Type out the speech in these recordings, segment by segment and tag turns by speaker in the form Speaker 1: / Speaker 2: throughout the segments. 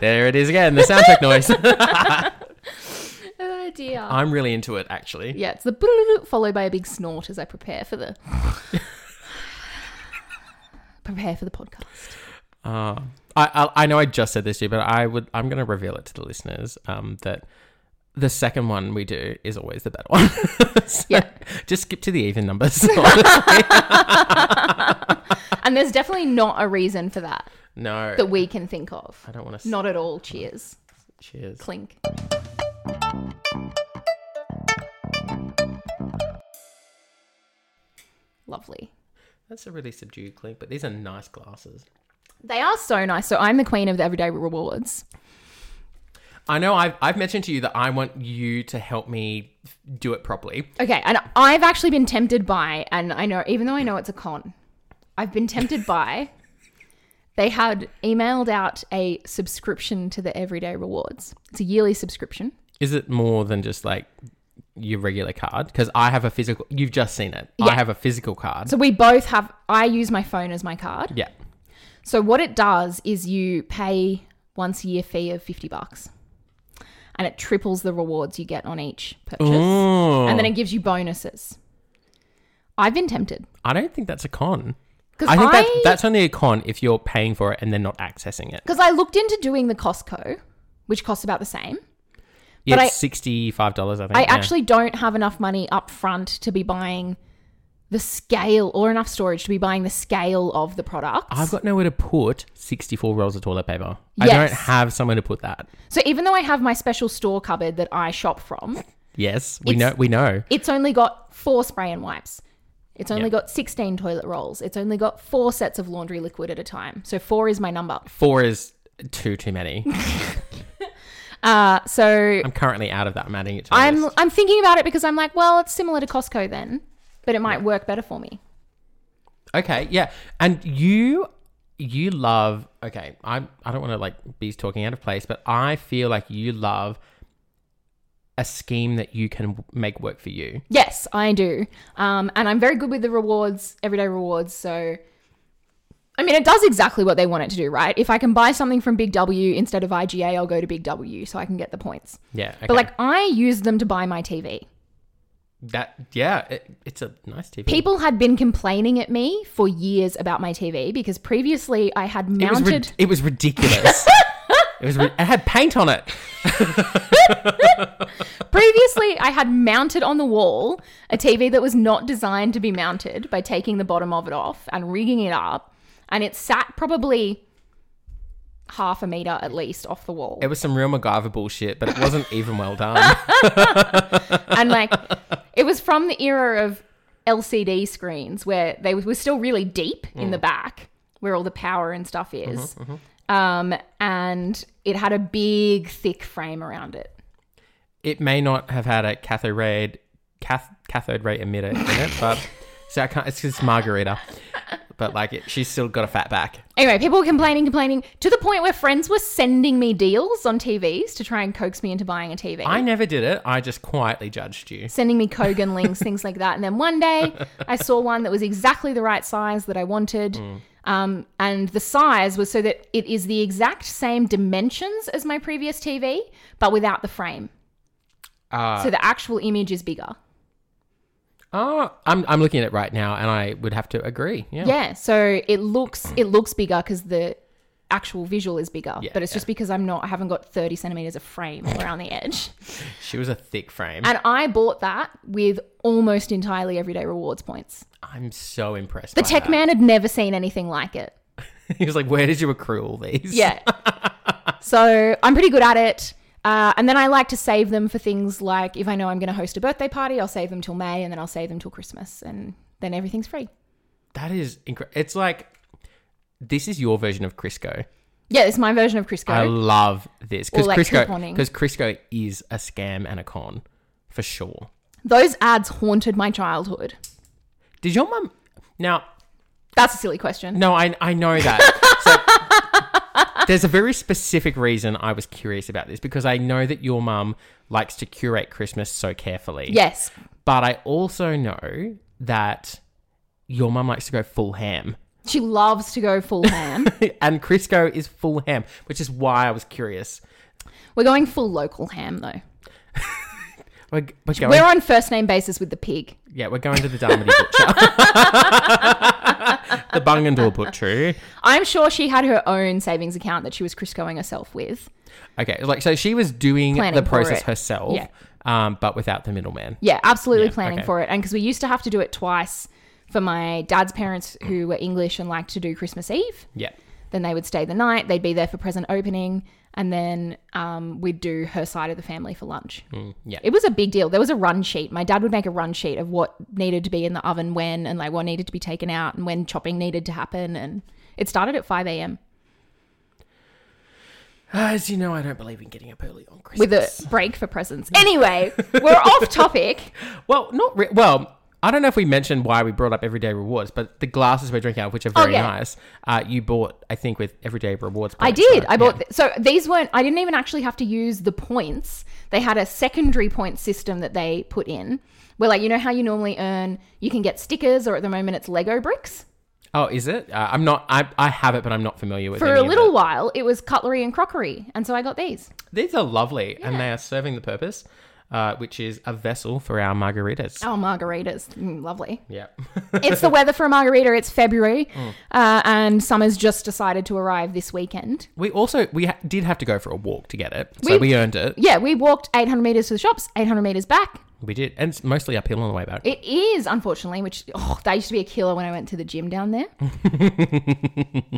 Speaker 1: there it is again, the soundtrack noise.
Speaker 2: Oh dear.
Speaker 1: I'm really into it, actually.
Speaker 2: yeah, it's the followed by a big snort as I prepare for the prepare for the podcast.
Speaker 1: Uh, I, I I know I just said this to you, but I would I'm going to reveal it to the listeners um, that the second one we do is always the better one. So,
Speaker 2: Yeah.
Speaker 1: Just skip to the even numbers. honestly.
Speaker 2: And there's definitely not a reason for that
Speaker 1: no,
Speaker 2: that we can think of.
Speaker 1: I don't want to.
Speaker 2: Not at all. Cheers.
Speaker 1: Cheers.
Speaker 2: Clink. Lovely.
Speaker 1: That's a really subdued clink, but these are nice glasses.
Speaker 2: They are so nice. So I'm the queen of the everyday rewards.
Speaker 1: I know I've I've mentioned to you that I want you to help me f- do it properly.
Speaker 2: Okay, and I've actually been tempted by, and I know, even though I know it's a con, I've been tempted by. They had emailed out a subscription to the Everyday Rewards. It's a yearly subscription.
Speaker 1: Is it more than just like your regular card? Because I have a physical. You've just seen it. I
Speaker 2: Yeah.
Speaker 1: have a physical card.
Speaker 2: So we both have. I use my phone as my card.
Speaker 1: yeah.
Speaker 2: So what it does is you pay once a year fee of fifty bucks, and it triples the rewards you get on each purchase, and
Speaker 1: Oh.
Speaker 2: then it gives you bonuses. I've been tempted
Speaker 1: I don't think that's a con.
Speaker 2: because
Speaker 1: I think
Speaker 2: I
Speaker 1: that that's only a con if you're paying for it and then not accessing it.
Speaker 2: because I looked into doing the Costco, which costs about the same.
Speaker 1: Yeah,
Speaker 2: but
Speaker 1: it's sixty five dollars. I think.
Speaker 2: I
Speaker 1: yeah.
Speaker 2: actually don't have enough money up front to be buying the scale or enough storage to be buying the scale of the products.
Speaker 1: I've got nowhere to put sixty four rolls of toilet paper. I
Speaker 2: Yes.
Speaker 1: don't have somewhere to put that.
Speaker 2: so even though I have my special store cupboard that I shop from,
Speaker 1: Yes, we
Speaker 2: It's-
Speaker 1: know. We know.
Speaker 2: it's only got four spray and wipes. It's only
Speaker 1: Yeah.
Speaker 2: got 16 toilet rolls. It's only got four sets of laundry liquid at a time. So four is my number.
Speaker 1: Four is too too many.
Speaker 2: Uh, so
Speaker 1: I'm currently out of that. I'm adding it. To my
Speaker 2: I'm
Speaker 1: list.
Speaker 2: I'm thinking about it because I'm like, well, it's similar to Costco then, but it might work better for me.
Speaker 1: Okay, yeah. And you you love okay, I I don't want to like be talking out of place, but I feel like you love a scheme that you can make work for you.
Speaker 2: Yes, I do. Um, and I'm very good with the rewards, everyday rewards. So, I mean, it does exactly what they want it to do, right? If I can buy something from Big W instead of IGA, I'll go to Big W so I can get the points.
Speaker 1: Yeah. Okay.
Speaker 2: But like, I use them to buy my TV.
Speaker 1: that yeah, it, it's a nice TV.
Speaker 2: People had been complaining at me for years about my TV because previously I had
Speaker 1: it was, rid-
Speaker 2: mounted.
Speaker 1: it was ridiculous. it was ri- it had paint on it.
Speaker 2: Previously, I had mounted on the wall a TV that was not designed to be mounted by taking the bottom of it off and rigging it up. And it sat probably half a meter at least off the wall.
Speaker 1: It was some real MacGyver bullshit, but it wasn't even well done.
Speaker 2: and like, it was from the era of LCD screens where they were still really deep in the back where all the power and stuff is. Um, and it had a big, thick frame around it.
Speaker 1: It may not have had a cathode ray cath- cathode ray emitter in it, but so I can't it's just margarita. But like it, she's still got a fat back.
Speaker 2: Anyway, people were complaining, complaining to the point where friends were sending me deals on TVs to try and coax me into buying a TV.
Speaker 1: I never did it. I just quietly judged you.
Speaker 2: sending me Kogan links, things like that. And then one day I saw one that was exactly the right size that I wanted.
Speaker 1: Mm.
Speaker 2: Um, and the size was so that it is the exact same dimensions as my previous TV, but without the frame.
Speaker 1: Uh,
Speaker 2: so the actual image is bigger.
Speaker 1: oh, I'm, I'm looking at it right now, and I would have to agree. Yeah.
Speaker 2: Yeah, so it looks it looks bigger because the actual visual is bigger,
Speaker 1: Yeah,
Speaker 2: but it's
Speaker 1: yeah.
Speaker 2: just because I'm not I haven't got 30 centimeters of frame around the edge.
Speaker 1: She was a thick frame.
Speaker 2: And I bought that with almost entirely everyday rewards points.
Speaker 1: I'm so impressed.
Speaker 2: The
Speaker 1: by
Speaker 2: tech
Speaker 1: that.
Speaker 2: man had never seen anything like it.
Speaker 1: he was like, "Where did you accrue all these?"
Speaker 2: Yeah. so I'm pretty good at it. Uh, and then I like to save them for things like if I know I'm going to host a birthday party, I'll save them till May and then I'll save them till Christmas and then everything's free.
Speaker 1: That is incredible. It's like this is your version of Crisco.
Speaker 2: Yeah, it's my version of Crisco.
Speaker 1: I love this because
Speaker 2: Or like
Speaker 1: Crisco
Speaker 2: couponing.
Speaker 1: because Crisco is a scam and a con for sure.
Speaker 2: Those ads haunted my childhood.
Speaker 1: Did your mum now?
Speaker 2: That's a silly question.
Speaker 1: No, I I know that. so, there's a very specific reason I was curious about this because I know that your mum likes to curate Christmas so carefully.
Speaker 2: Yes.
Speaker 1: But I also know that your mum likes to go full ham.
Speaker 2: She loves to go full ham.
Speaker 1: and Crisco is full ham, which is why I was curious.
Speaker 2: We're going full local ham though.
Speaker 1: We're, we're going,
Speaker 2: We're on first name basis with the pig.
Speaker 1: yeah, we're going to the Darmody butcher, the Bungendore butcher.
Speaker 2: I'm sure she had her own savings account that she was Criscoing herself with.
Speaker 1: Okay, like so she was doing
Speaker 2: Planning
Speaker 1: the
Speaker 2: for
Speaker 1: process
Speaker 2: it.
Speaker 1: herself,
Speaker 2: Yeah.
Speaker 1: um, but without the middleman.
Speaker 2: Yeah, absolutely planning
Speaker 1: okay.
Speaker 2: for it. And because we used to have to do it twice for my dad's parents who were English and liked to do Christmas Eve.
Speaker 1: Yeah,
Speaker 2: Then they would stay the night. They'd be there for present opening, and then um, we'd do her side of the family for lunch.
Speaker 1: Mm, yeah.
Speaker 2: It was a big deal. There was a run sheet. My dad would make a run sheet of what needed to be in the oven when, and like what needed to be taken out, and when chopping needed to happen. And it started at five a.m.
Speaker 1: As you know, I don't believe in getting up early on Christmas.
Speaker 2: with a break for presents. Anyway, we're off topic.
Speaker 1: well, not re- well. I don't know if we mentioned why we brought up Everyday Rewards, but the glasses we're drinking out of, which are very
Speaker 2: Oh, yeah.
Speaker 1: nice, uh, you bought, I think, with Everyday Rewards.
Speaker 2: I
Speaker 1: points,
Speaker 2: did.
Speaker 1: right?
Speaker 2: I bought
Speaker 1: Yeah.
Speaker 2: th- so these weren't. I didn't even actually have to use the points. They had a secondary point system that they put in. Where like you know how you normally earn, you can get stickers, or at the moment it's Lego bricks.
Speaker 1: Oh, is it? Uh, I'm not. I, I have it, but I'm not familiar with.
Speaker 2: For
Speaker 1: any
Speaker 2: a
Speaker 1: of
Speaker 2: little
Speaker 1: it.
Speaker 2: while, it was cutlery and crockery, and so I got these.
Speaker 1: These are lovely, and they are serving the purpose, uh, which is a vessel for our margaritas.
Speaker 2: Oh, margaritas, Mm, lovely.
Speaker 1: Yeah.
Speaker 2: it's the weather for a margarita. It's February,
Speaker 1: Mm.
Speaker 2: uh, and summer's just decided to arrive this weekend.
Speaker 1: we also we ha- did have to go for a walk to get it, so we,
Speaker 2: We-
Speaker 1: earned it.
Speaker 2: Yeah, we walked 800 meters to the shops, 800 meters back,
Speaker 1: We did, and it's mostly uphill on the way back.
Speaker 2: It is, unfortunately, which oh, that used to be a killer when I went to the gym down there.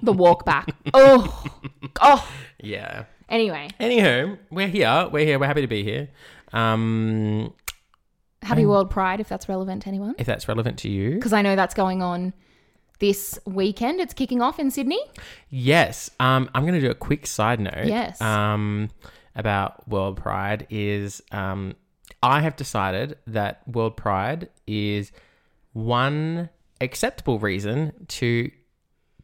Speaker 2: the walk back. Oh, oh.
Speaker 1: yeah.
Speaker 2: Anyway,
Speaker 1: Anywho, we're here. We're here. We're happy to be here. Um,
Speaker 2: Happy World Pride, if that's relevant to anyone,
Speaker 1: if that's relevant to you,
Speaker 2: because I know that's going on this weekend. It's kicking off in Sydney.
Speaker 1: Yes. Um, I'm going to do a quick side note.
Speaker 2: Yes.
Speaker 1: Um, about World Pride is um, I have decided that World Pride is one acceptable reason to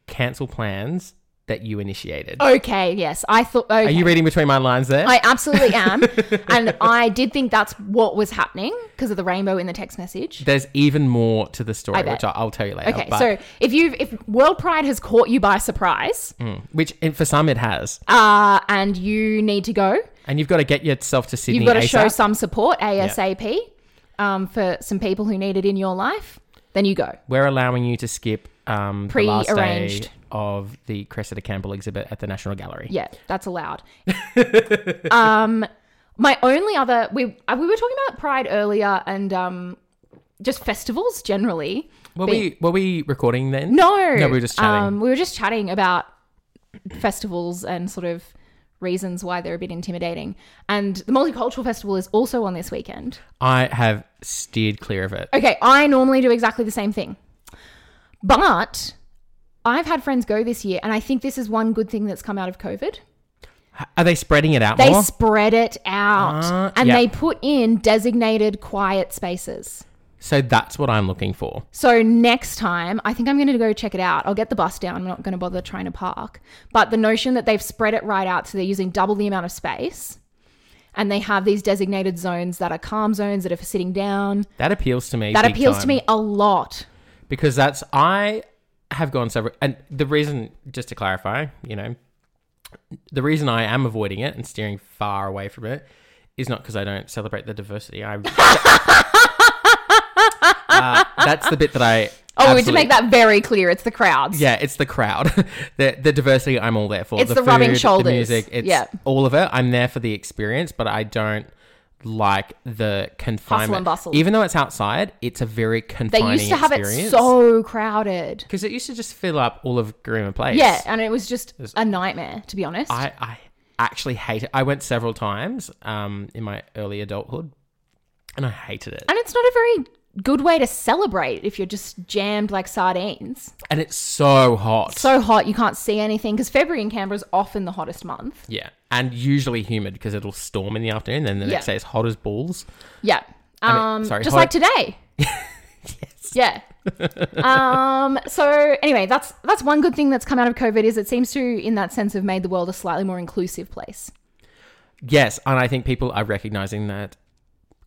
Speaker 1: cancel plans that you initiated.
Speaker 2: Okay, Oh, yes, I thought. Okay.
Speaker 1: Are you reading between my lines there?
Speaker 2: I absolutely am, and I did think that's what was happening because of the rainbow in the text message.
Speaker 1: There's even more to the story,
Speaker 2: I bet.
Speaker 1: which I- I'll tell you later.
Speaker 2: Okay,
Speaker 1: but,
Speaker 2: so if you have if World Pride has caught you by surprise,
Speaker 1: Mm. which and for some it has,
Speaker 2: uh, and you need to go,
Speaker 1: and you've got to get yourself to Sydney.
Speaker 2: You've got to
Speaker 1: ASAP.
Speaker 2: show some support ASAP um, for some people who need it in your life. Then you go.
Speaker 1: We're allowing you to skip um, the last day
Speaker 2: Pre-arranged.
Speaker 1: of the Cressida Campbell exhibit at the National Gallery.
Speaker 2: Yeah, that's allowed. um, my only other we uh, we were talking about Pride earlier and um, just festivals generally.
Speaker 1: Were
Speaker 2: But-
Speaker 1: we were we recording then?
Speaker 2: No,
Speaker 1: No, we were just chatting.
Speaker 2: Um, we were just chatting about festivals and sort of reasons why they're a bit intimidating. And the multicultural festival is also on this weekend.
Speaker 1: I have steered clear of it.
Speaker 2: Okay, I normally do exactly the same thing. But I've had friends go this year, and I think this is one good thing that's come out of COVID.
Speaker 1: Are they spreading it out
Speaker 2: They
Speaker 1: more?
Speaker 2: spread it out
Speaker 1: Ah,
Speaker 2: and
Speaker 1: yeah.
Speaker 2: they put in designated quiet spaces.
Speaker 1: so that's what I'm looking for.
Speaker 2: So next time, I think I'm going to go check it out. I'll get the bus down. I'm not going to bother trying to park. But the notion that they've spread it right out, so they're using double the amount of space. And they have these designated zones that are calm zones that are for sitting down.
Speaker 1: That appeals to me.
Speaker 2: That
Speaker 1: big
Speaker 2: appeals to
Speaker 1: time.
Speaker 2: me a lot.
Speaker 1: because that's I have gone several and the reason just to clarify, you know, the reason I am avoiding it and steering far away from it is not because I don't celebrate the diversity. I Uh, that's the bit that I
Speaker 2: Oh, we need to
Speaker 1: absolutely-
Speaker 2: make that very clear. It's the crowds.
Speaker 1: yeah, it's the crowd, the the diversity. I'm all there for.
Speaker 2: It's the rubbing
Speaker 1: the
Speaker 2: shoulders.
Speaker 1: music, it's
Speaker 2: Yeah.
Speaker 1: all of it. I'm there for the experience, but I don't like the confinement.
Speaker 2: and bustle.
Speaker 1: Even though it's outside, it's a very
Speaker 2: They
Speaker 1: confining.
Speaker 2: used to have it
Speaker 1: experience.
Speaker 2: so crowded.
Speaker 1: because it used to just fill up all of Grima Place.
Speaker 2: Yeah, and it was just a nightmare, to be honest.
Speaker 1: I, I actually hate it. I went several times um, in my early adulthood, and I hated it.
Speaker 2: and it's not a very good way to celebrate if you're just jammed like sardines.
Speaker 1: And it's so hot.
Speaker 2: So hot, you can't see anything because February in Canberra is often the hottest month.
Speaker 1: yeah, and usually humid because it'll storm in the afternoon, and the next
Speaker 2: Yeah.
Speaker 1: day it's hot as balls.
Speaker 2: Yeah. Um,
Speaker 1: I mean, sorry,
Speaker 2: just
Speaker 1: hot-
Speaker 2: like today. yes. Yeah. um, so anyway, that's that's one good thing that's come out of COVID is it seems to, in that sense, have made the world a slightly more inclusive place.
Speaker 1: Yes, and I think people are recognizing that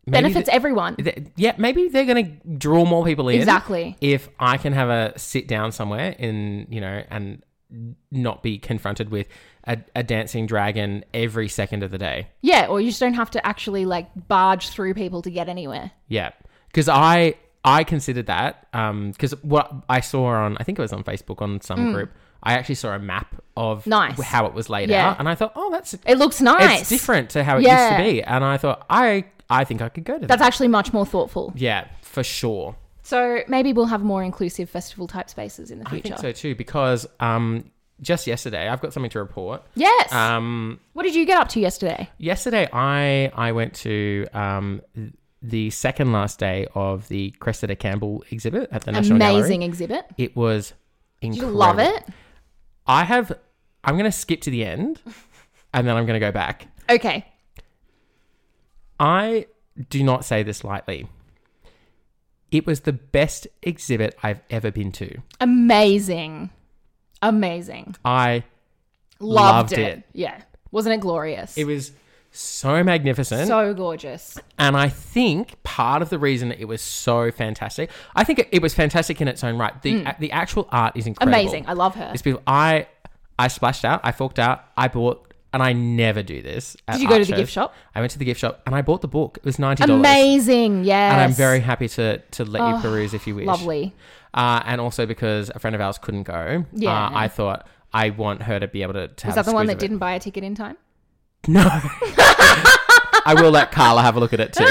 Speaker 1: Maybe
Speaker 2: benefits everyone.
Speaker 1: th- th- yeah, maybe they're going to draw more people in.
Speaker 2: Exactly.
Speaker 1: If I can have a sit down somewhere in, you know, and not be confronted with a, a dancing dragon every second of the day.
Speaker 2: Yeah, or you just don't have to actually like barge through people to get anywhere.
Speaker 1: Yeah, because I I considered that because what I saw on I think it was on Facebook on some group. I actually saw a map of
Speaker 2: Mm. Nice.
Speaker 1: how it was laid
Speaker 2: Yeah.
Speaker 1: out, and I thought, oh, that's
Speaker 2: It looks nice.
Speaker 1: it's different to how it
Speaker 2: Yeah.
Speaker 1: used to be. And I thought, I I think I could go to that.
Speaker 2: That's actually much more thoughtful.
Speaker 1: Yeah, for sure.
Speaker 2: So maybe we'll have more inclusive festival type spaces in the
Speaker 1: I
Speaker 2: future.
Speaker 1: think so too because um just yesterday I've got something to report.
Speaker 2: Yes.
Speaker 1: Um,
Speaker 2: what did you get up to yesterday?
Speaker 1: yesterday I I went to um. The second last day of the Cressida Campbell exhibit at the National
Speaker 2: Amazing
Speaker 1: Gallery.
Speaker 2: exhibit.
Speaker 1: It was
Speaker 2: Did you
Speaker 1: incredible.
Speaker 2: love it?
Speaker 1: I have. I'm going to skip to the end, and then I'm going to go back.
Speaker 2: Okay.
Speaker 1: I do not say this lightly. It was the best exhibit I've ever been to.
Speaker 2: Amazing. Amazing.
Speaker 1: I.
Speaker 2: Loved,
Speaker 1: Loved
Speaker 2: it.
Speaker 1: it.
Speaker 2: Yeah. Wasn't it glorious?
Speaker 1: It was so magnificent,
Speaker 2: so gorgeous.
Speaker 1: and I think part of the reason it was so fantastic. I think it, it was fantastic in its own right. The a- the actual art is incredible.
Speaker 2: Mm. Amazing. I love her.
Speaker 1: It's beautiful. I I splashed out. I forked out. I bought. And I never do this. at
Speaker 2: Did you go to
Speaker 1: art
Speaker 2: the gift
Speaker 1: shows.
Speaker 2: shop?
Speaker 1: I went to the gift shop and I bought the book. It was ninety dollars.
Speaker 2: Amazing. Yes. Oh,
Speaker 1: and I'm very happy to to let you peruse if you wish.
Speaker 2: lovely.
Speaker 1: Uh, and also because a friend of ours couldn't go.
Speaker 2: Yeah.
Speaker 1: Uh, I thought I want her to be able to. to
Speaker 2: Is
Speaker 1: have
Speaker 2: that
Speaker 1: a
Speaker 2: the one
Speaker 1: squeeze
Speaker 2: that
Speaker 1: of it.
Speaker 2: didn't buy a ticket in time?
Speaker 1: No. I will let Carla have a look at it too.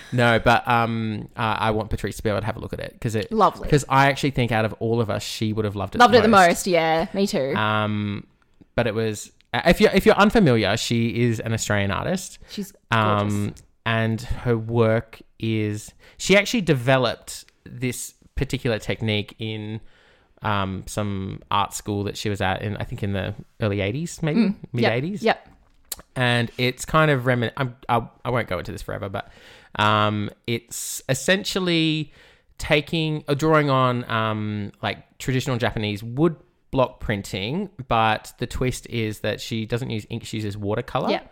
Speaker 1: no, but um, uh, I want Patrice to be able to have a look at it because it
Speaker 2: Lovely.
Speaker 1: Because I actually think out of all of us, she would have loved it.
Speaker 2: Loved
Speaker 1: the
Speaker 2: it the most. Yeah. Me too.
Speaker 1: Um, but it was uh, if you're if you're unfamiliar, she is an Australian artist.
Speaker 2: She's gorgeous.
Speaker 1: Um, and her work is she actually developed this particular technique in um, some art school that she was at in I think in the early 80s maybe
Speaker 2: Mm,
Speaker 1: mid
Speaker 2: Yep.
Speaker 1: 80s
Speaker 2: Yep.
Speaker 1: and it's kind of remin I'm, I, I won't go into this forever but um, it's essentially taking or drawing on um, like traditional Japanese wood block printing but the twist is that she doesn't use ink she uses watercolor
Speaker 2: Yeah.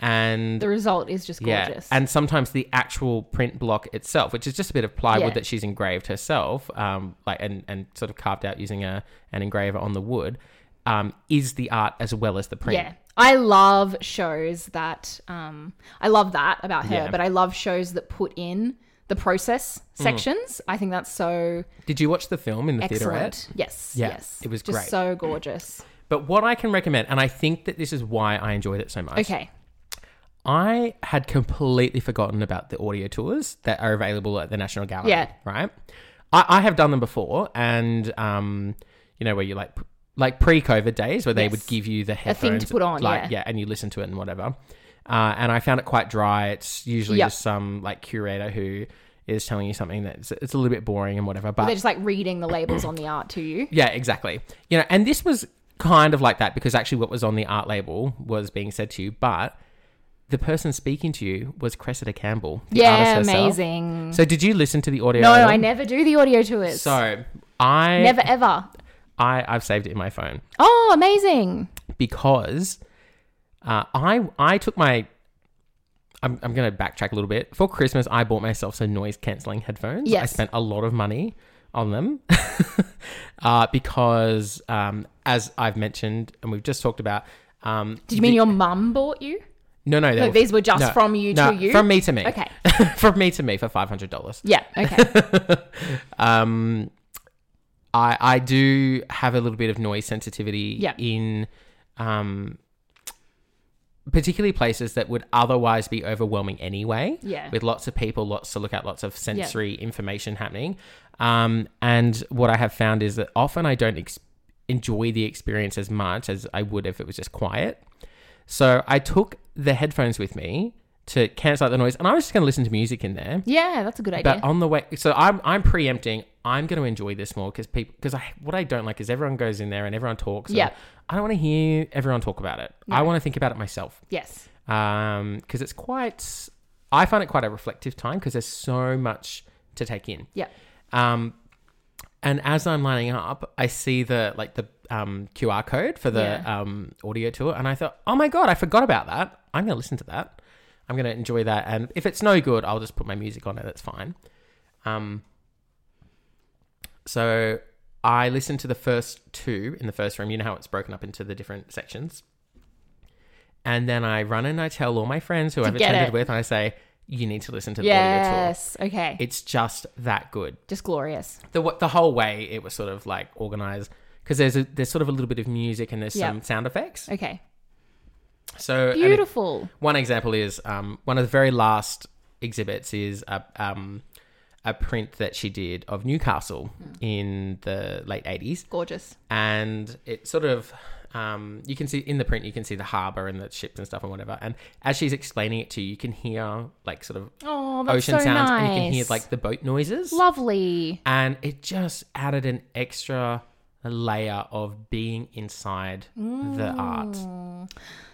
Speaker 1: and
Speaker 2: The result is just gorgeous.
Speaker 1: and sometimes the actual print block itself, which is just a bit of plywood
Speaker 2: Yeah.
Speaker 1: that she's engraved herself, um, like and, and sort of carved out using a an engraver on the wood, um, is the art as well as the print.
Speaker 2: Yeah. I love shows that um I love that about her,
Speaker 1: Yeah.
Speaker 2: but I love shows that put in the process sections. I think that's so
Speaker 1: Did you watch the film in the theaterette?
Speaker 2: excellent. Yes.
Speaker 1: Yeah,
Speaker 2: Yes.
Speaker 1: it was
Speaker 2: just
Speaker 1: great.
Speaker 2: so gorgeous.
Speaker 1: But what I can recommend, and I think that this is why I enjoyed it so much.
Speaker 2: Okay.
Speaker 1: I had completely forgotten about the audio tours that are available at the National Gallery.
Speaker 2: Yeah.
Speaker 1: Right. I, I have done them before, and um, you know where you like p- like pre-COVID days where they
Speaker 2: Yes.
Speaker 1: would give you the
Speaker 2: thing to
Speaker 1: headphones,
Speaker 2: put on,
Speaker 1: like
Speaker 2: yeah.
Speaker 1: and you listen to it and whatever. Uh, and I found it quite dry. It's usually
Speaker 2: Yep.
Speaker 1: just some like curator who is telling you something that's it's a little bit boring and whatever. But
Speaker 2: They're just like reading the labels on the art to you.
Speaker 1: yeah, exactly. You know, and this was kind of like that because actually what was on the art label was being said to you, but the person speaking to you was Cressida Campbell. The
Speaker 2: Yeah,
Speaker 1: artist herself.
Speaker 2: amazing.
Speaker 1: So did you listen to the audio?
Speaker 2: No,
Speaker 1: at all?
Speaker 2: I never do the audio tours.
Speaker 1: So I
Speaker 2: Never ever.
Speaker 1: I I've saved it in my phone
Speaker 2: Oh, amazing.
Speaker 1: because uh, I I took my I'm, I'm going to backtrack a little bit. For Christmas, I bought myself some noise cancelling headphones. I
Speaker 2: Yes.
Speaker 1: spent a lot of money on them uh, because, um, as I've mentioned and we've just talked about, um,
Speaker 2: Did you mean your mum bought you?
Speaker 1: no no, they
Speaker 2: No,
Speaker 1: were-
Speaker 2: these were just
Speaker 1: no,
Speaker 2: from you
Speaker 1: no,
Speaker 2: to you.
Speaker 1: from me to me
Speaker 2: Okay.
Speaker 1: from me to me for five hundred dollars.
Speaker 2: Yeah. Okay.
Speaker 1: um i i do have a little bit of noise sensitivity
Speaker 2: Yeah.
Speaker 1: in um particularly places that would otherwise be overwhelming anyway
Speaker 2: Yeah.
Speaker 1: with lots of people lots to look at lots of sensory information happening um and what i have found is that often i don't ex- enjoy the experience as much as i would if it was just quiet so i took the headphones with me to cancel out the noise and i was just going to listen to music in there
Speaker 2: yeah, that's a good idea.
Speaker 1: but on the way, so I'm I'm preempting. I'm going to enjoy this more because people because I what I don't like is everyone goes in there and everyone talks. and
Speaker 2: Yeah.
Speaker 1: I don't want to hear everyone talk about it. I want to think about it myself.
Speaker 2: yes.
Speaker 1: Um, because it's quite. I find it quite a reflective time because there's so much to take in.
Speaker 2: Yeah.
Speaker 1: Um, and as I'm lining up, I see the like the um, QR code for the
Speaker 2: Yeah.
Speaker 1: um, audio tour, and I thought, oh my god, I forgot about that. I'm going to listen to that. I'm gonna enjoy that. And if it's no good, I'll just put my music on it. That's fine. Um, so I listened to the first two in the first room. You know how it's broken up into the different sections. And then I run and I tell all my friends who I've
Speaker 2: get
Speaker 1: attended
Speaker 2: it.
Speaker 1: with, and I say, "You need to listen to the audio tour.
Speaker 2: Yes. Okay.
Speaker 1: It's just that good."
Speaker 2: Just glorious.
Speaker 1: the wa- the whole way it was sort of like organized because there's a, there's sort of a little bit of music and there's
Speaker 2: Yeah.
Speaker 1: some sound effects.
Speaker 2: Okay.
Speaker 1: So I mean,
Speaker 2: Beautiful.
Speaker 1: one example is um, one of the very last exhibits is a um, a print that she did of Newcastle
Speaker 2: Hmm.
Speaker 1: in the late eighties,
Speaker 2: Gorgeous.
Speaker 1: and it sort of um, you can see in the print you can see the harbour and the ships and stuff and whatever. And as she's explaining it to you, you can hear like sort of
Speaker 2: Oh, that's
Speaker 1: ocean
Speaker 2: so
Speaker 1: sounds
Speaker 2: nice.
Speaker 1: and you can hear like the boat noises
Speaker 2: lovely.
Speaker 1: and it just added an extra layer of being inside the art.
Speaker 2: Mm.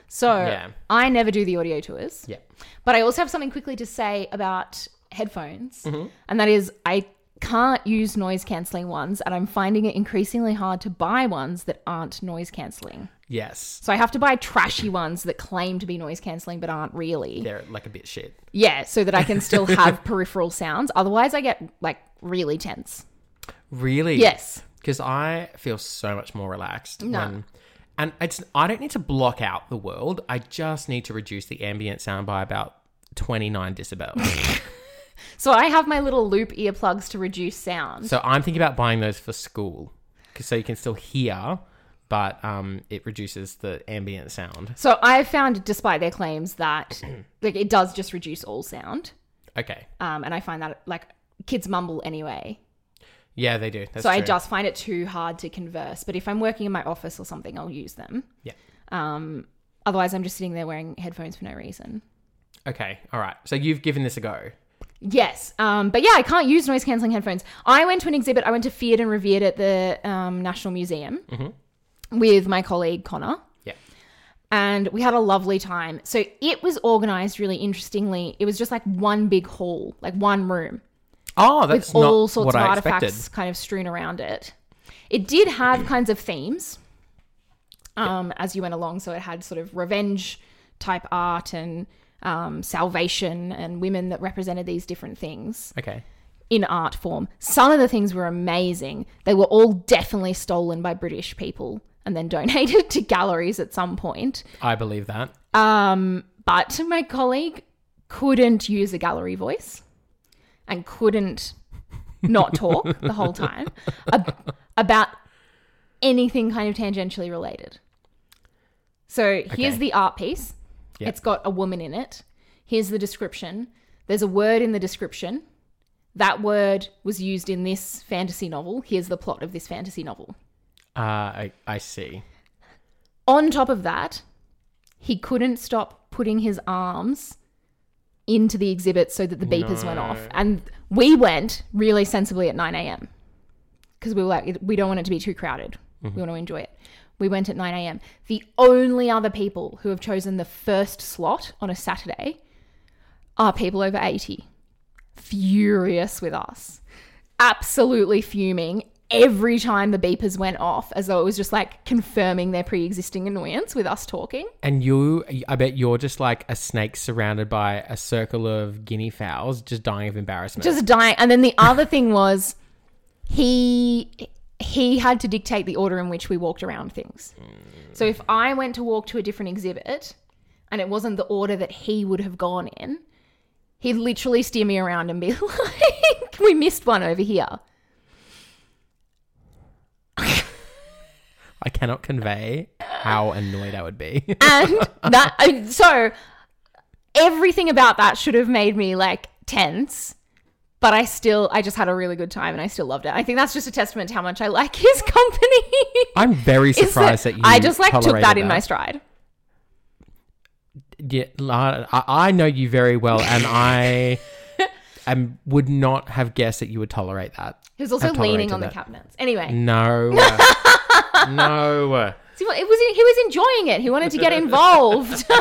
Speaker 2: So
Speaker 1: Yeah.
Speaker 2: I never do the audio tours.
Speaker 1: Yeah.
Speaker 2: But I also have something quickly to say about headphones,
Speaker 1: Mm-hmm.
Speaker 2: and that is I can't use noise cancelling ones, and I'm finding it increasingly hard to buy ones that aren't noise cancelling.
Speaker 1: Yes.
Speaker 2: So I have to buy trashy ones that claim to be noise cancelling but aren't really.
Speaker 1: They're like a bit shit.
Speaker 2: Yeah, so that I can still have peripheral sounds. Otherwise, I get like really tense.
Speaker 1: Really?
Speaker 2: Yes.
Speaker 1: Because I feel so much more relaxed
Speaker 2: No.
Speaker 1: when and it's I don't need to block out the world. I just need to reduce the ambient sound by about 29 decibels.
Speaker 2: So I have my little loop earplugs to reduce sound.
Speaker 1: so I'm thinking about buying those for school 'cause- so you can still hear but um, it reduces the ambient sound.
Speaker 2: So I have found, despite their claims, that like it does just reduce all sound,
Speaker 1: Okay.
Speaker 2: um, and I find that like kids mumble anyway.
Speaker 1: Yeah, they do. That's
Speaker 2: so I
Speaker 1: true.
Speaker 2: just find it too hard to converse. But if I'm working in my office or something, I'll use them.
Speaker 1: Yeah.
Speaker 2: Um, otherwise, I'm just sitting there wearing headphones for no reason.
Speaker 1: Okay. All right. So you've given this a go.
Speaker 2: Yes, um, but yeah, I can't use noise cancelling headphones. I went to an exhibit. I went to Feared and Revered at the um, National Museum with my colleague Connor,
Speaker 1: Mm-hmm. Yeah.
Speaker 2: and we had a lovely time. So it was organised really interestingly. It was just like one big hall, like one room,
Speaker 1: Oh, that's not
Speaker 2: all sorts
Speaker 1: what
Speaker 2: of
Speaker 1: I
Speaker 2: artifacts
Speaker 1: expected.
Speaker 2: kind of strewn around it. It did have kinds of themes um, as you went along. So it had sort of revenge type art and um, salvation and women that represented these different things
Speaker 1: Okay.
Speaker 2: in art form. Some of the things were amazing. They were all definitely stolen by British people and then donated to galleries at some point.
Speaker 1: I believe that.
Speaker 2: Um, but my colleague couldn't use a gallery voice and couldn't not talk the whole time ab- about anything kind of tangentially related. So here's
Speaker 1: Okay.
Speaker 2: the art piece.
Speaker 1: Yeah.
Speaker 2: It's got a woman in it. Here's the description. There's a word in the description. That word was used in this fantasy novel. Here's the plot of this fantasy novel.
Speaker 1: Uh, I, I see.
Speaker 2: On top of that, he couldn't stop putting his arms into the exhibit so that the beepers went off. And we went really sensibly at 9 a.m. because we were like, we don't want it to be too crowded. We want to enjoy it. We went at 9 a.m. The only other people who have chosen the first slot on a Saturday are people over 80. Furious with us. Absolutely fuming every time the beepers went off as though it was just like confirming their pre existing annoyance with us talking.
Speaker 1: And you, I bet you're just like a snake surrounded by a circle of guinea fowls, just dying of embarrassment.
Speaker 2: just dying. And then the other thing was he he had to dictate the order in which we walked around things. So if I went to walk to a different exhibit and it wasn't the order that he would have gone in, he'd literally steer me around and be like, "We missed one over here."
Speaker 1: I cannot convey how annoyed I would be.
Speaker 2: And that I- so everything about that should have made me like tense. But I still, I just had a really good time and I still loved it. I think that's just a testament to how much I like his company.
Speaker 1: I'm very
Speaker 2: is
Speaker 1: surprised that,
Speaker 2: that
Speaker 1: you.
Speaker 2: I just like took
Speaker 1: tolerated
Speaker 2: that in my stride.
Speaker 1: Yeah, I, I know you very well, and I am, would not have guessed that you would tolerate that.
Speaker 2: He was also
Speaker 1: I've
Speaker 2: leaning
Speaker 1: tolerated
Speaker 2: on
Speaker 1: that. Mm.
Speaker 2: the cabinets. Anyway,
Speaker 1: No, no.
Speaker 2: see, well, it was he was enjoying it. He wanted to get involved.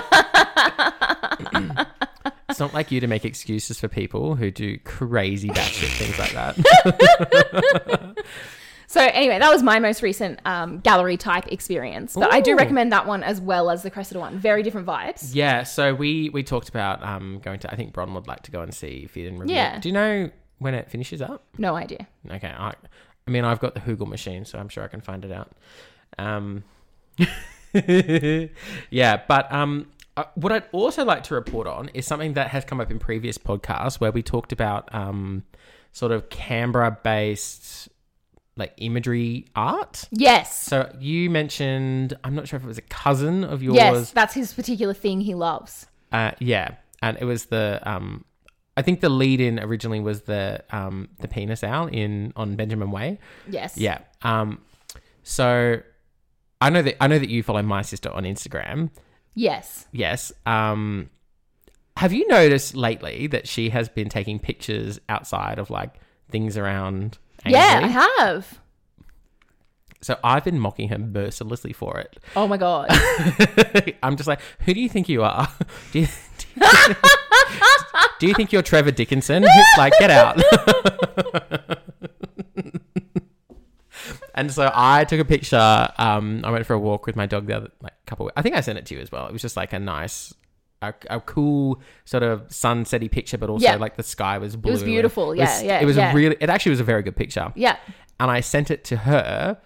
Speaker 1: It's not like you to make excuses for people who do crazy batshit things like that.
Speaker 2: So anyway, that was my most recent um, gallery type experience, but I do
Speaker 1: Ooh.
Speaker 2: recommend that one as well as the Cressida one. Very different vibes.
Speaker 1: Yeah, so we we talked about um going to. I think Bron would like to go and see if you didn't review.
Speaker 2: Yeah.
Speaker 1: It. Do you know when it finishes up?
Speaker 2: No idea.
Speaker 1: Okay, I I mean I've got the Hoogle machine, so I'm sure I can find it out. Um, yeah, but um, uh, what I'd also like to report on is something that has come up in previous podcasts where we talked about um, sort of Canberra-based like imagery art.
Speaker 2: Yes.
Speaker 1: So you mentioned, I'm not sure if it was a cousin of yours.
Speaker 2: Yes, that's his particular thing he loves.
Speaker 1: Uh, yeah, and it was the um, I think the lead in originally was the um the penis owl in on Benjamin Way.
Speaker 2: Yes.
Speaker 1: Yeah. Um, so I know that I know that you follow my sister on Instagram.
Speaker 2: Yes.
Speaker 1: Yes. Um, have you noticed lately that she has been taking pictures outside of like things around?
Speaker 2: Yeah,
Speaker 1: Ainsley?
Speaker 2: I have.
Speaker 1: So I've been mocking her mercilessly for it.
Speaker 2: Oh my god.
Speaker 1: I'm just like, who do you think you are? Do you, do you, do you think you're Trevor Dickinson? like, get out. and so I took a picture. Um, I went for a walk with my dog the other like couple. I think I sent it to you as well. It was just like a nice. A, a cool sort of sunsetty picture, but also
Speaker 2: Yeah.
Speaker 1: like the sky was blue.
Speaker 2: was beautiful.
Speaker 1: It was-
Speaker 2: Yeah, yeah,
Speaker 1: It was
Speaker 2: yeah.
Speaker 1: a really. It actually was a very good picture
Speaker 2: yeah.
Speaker 1: and I sent it to her.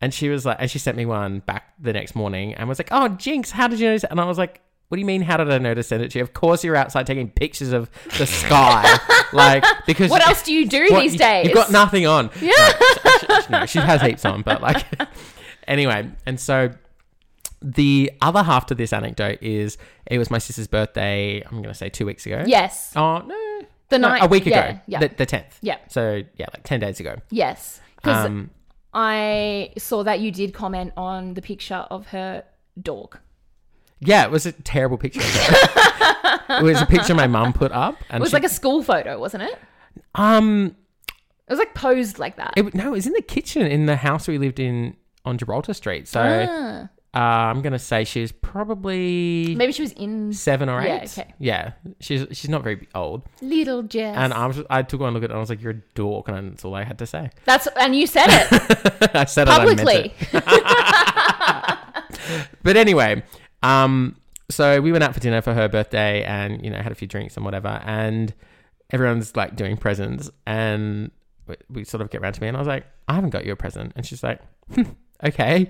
Speaker 1: And she was like, and she sent me one back the next morning and was like, oh, Jinx, how did you notice? And I was like, what do you mean, how did I notice send it to you? Of course, you're outside taking pictures of the sky. like, because
Speaker 2: What else do you do
Speaker 1: what-
Speaker 2: these
Speaker 1: you-
Speaker 2: days?
Speaker 1: You've got nothing on. Yeah. No, she, she- no, she has heaps on, but like, anyway. And so the other half to this anecdote is it was my sister's birthday, I'm going to say two weeks ago.
Speaker 2: Yes.
Speaker 1: Oh, no.
Speaker 2: The
Speaker 1: no,
Speaker 2: night.
Speaker 1: a week ago.
Speaker 2: Yeah. yeah.
Speaker 1: The, the 10th.
Speaker 2: Yeah.
Speaker 1: So, yeah, like 10 days ago.
Speaker 2: yes. Because
Speaker 1: Um,
Speaker 2: I saw that you did comment on the picture of her dog.
Speaker 1: Yeah, it was a terrible picture. of her. it was a picture my mum put up,
Speaker 2: It
Speaker 1: and
Speaker 2: was
Speaker 1: she,
Speaker 2: like a school photo, wasn't it?
Speaker 1: um,
Speaker 2: It was like posed like that.
Speaker 1: it, no, it was in the kitchen in the house we lived in on Gibraltar Street. So
Speaker 2: Ah.
Speaker 1: uh, I'm gonna say she was probably
Speaker 2: Maybe she was in
Speaker 1: seven or eight.
Speaker 2: Yeah, okay.
Speaker 1: Yeah, she's she's not very old.
Speaker 2: Little Jess.
Speaker 1: And I was I took one look at it and I was like, "You're a dork," and that's all I had to say.
Speaker 2: That's and you said it
Speaker 1: I said it, I meant
Speaker 2: publicly.
Speaker 1: it. But anyway, um, so we went out for dinner for her birthday, and you know had a few drinks and whatever, and everyone's like doing presents, and we, we sort of get round to me, and I was like, I haven't got you a present, and she's like, hmm, okay,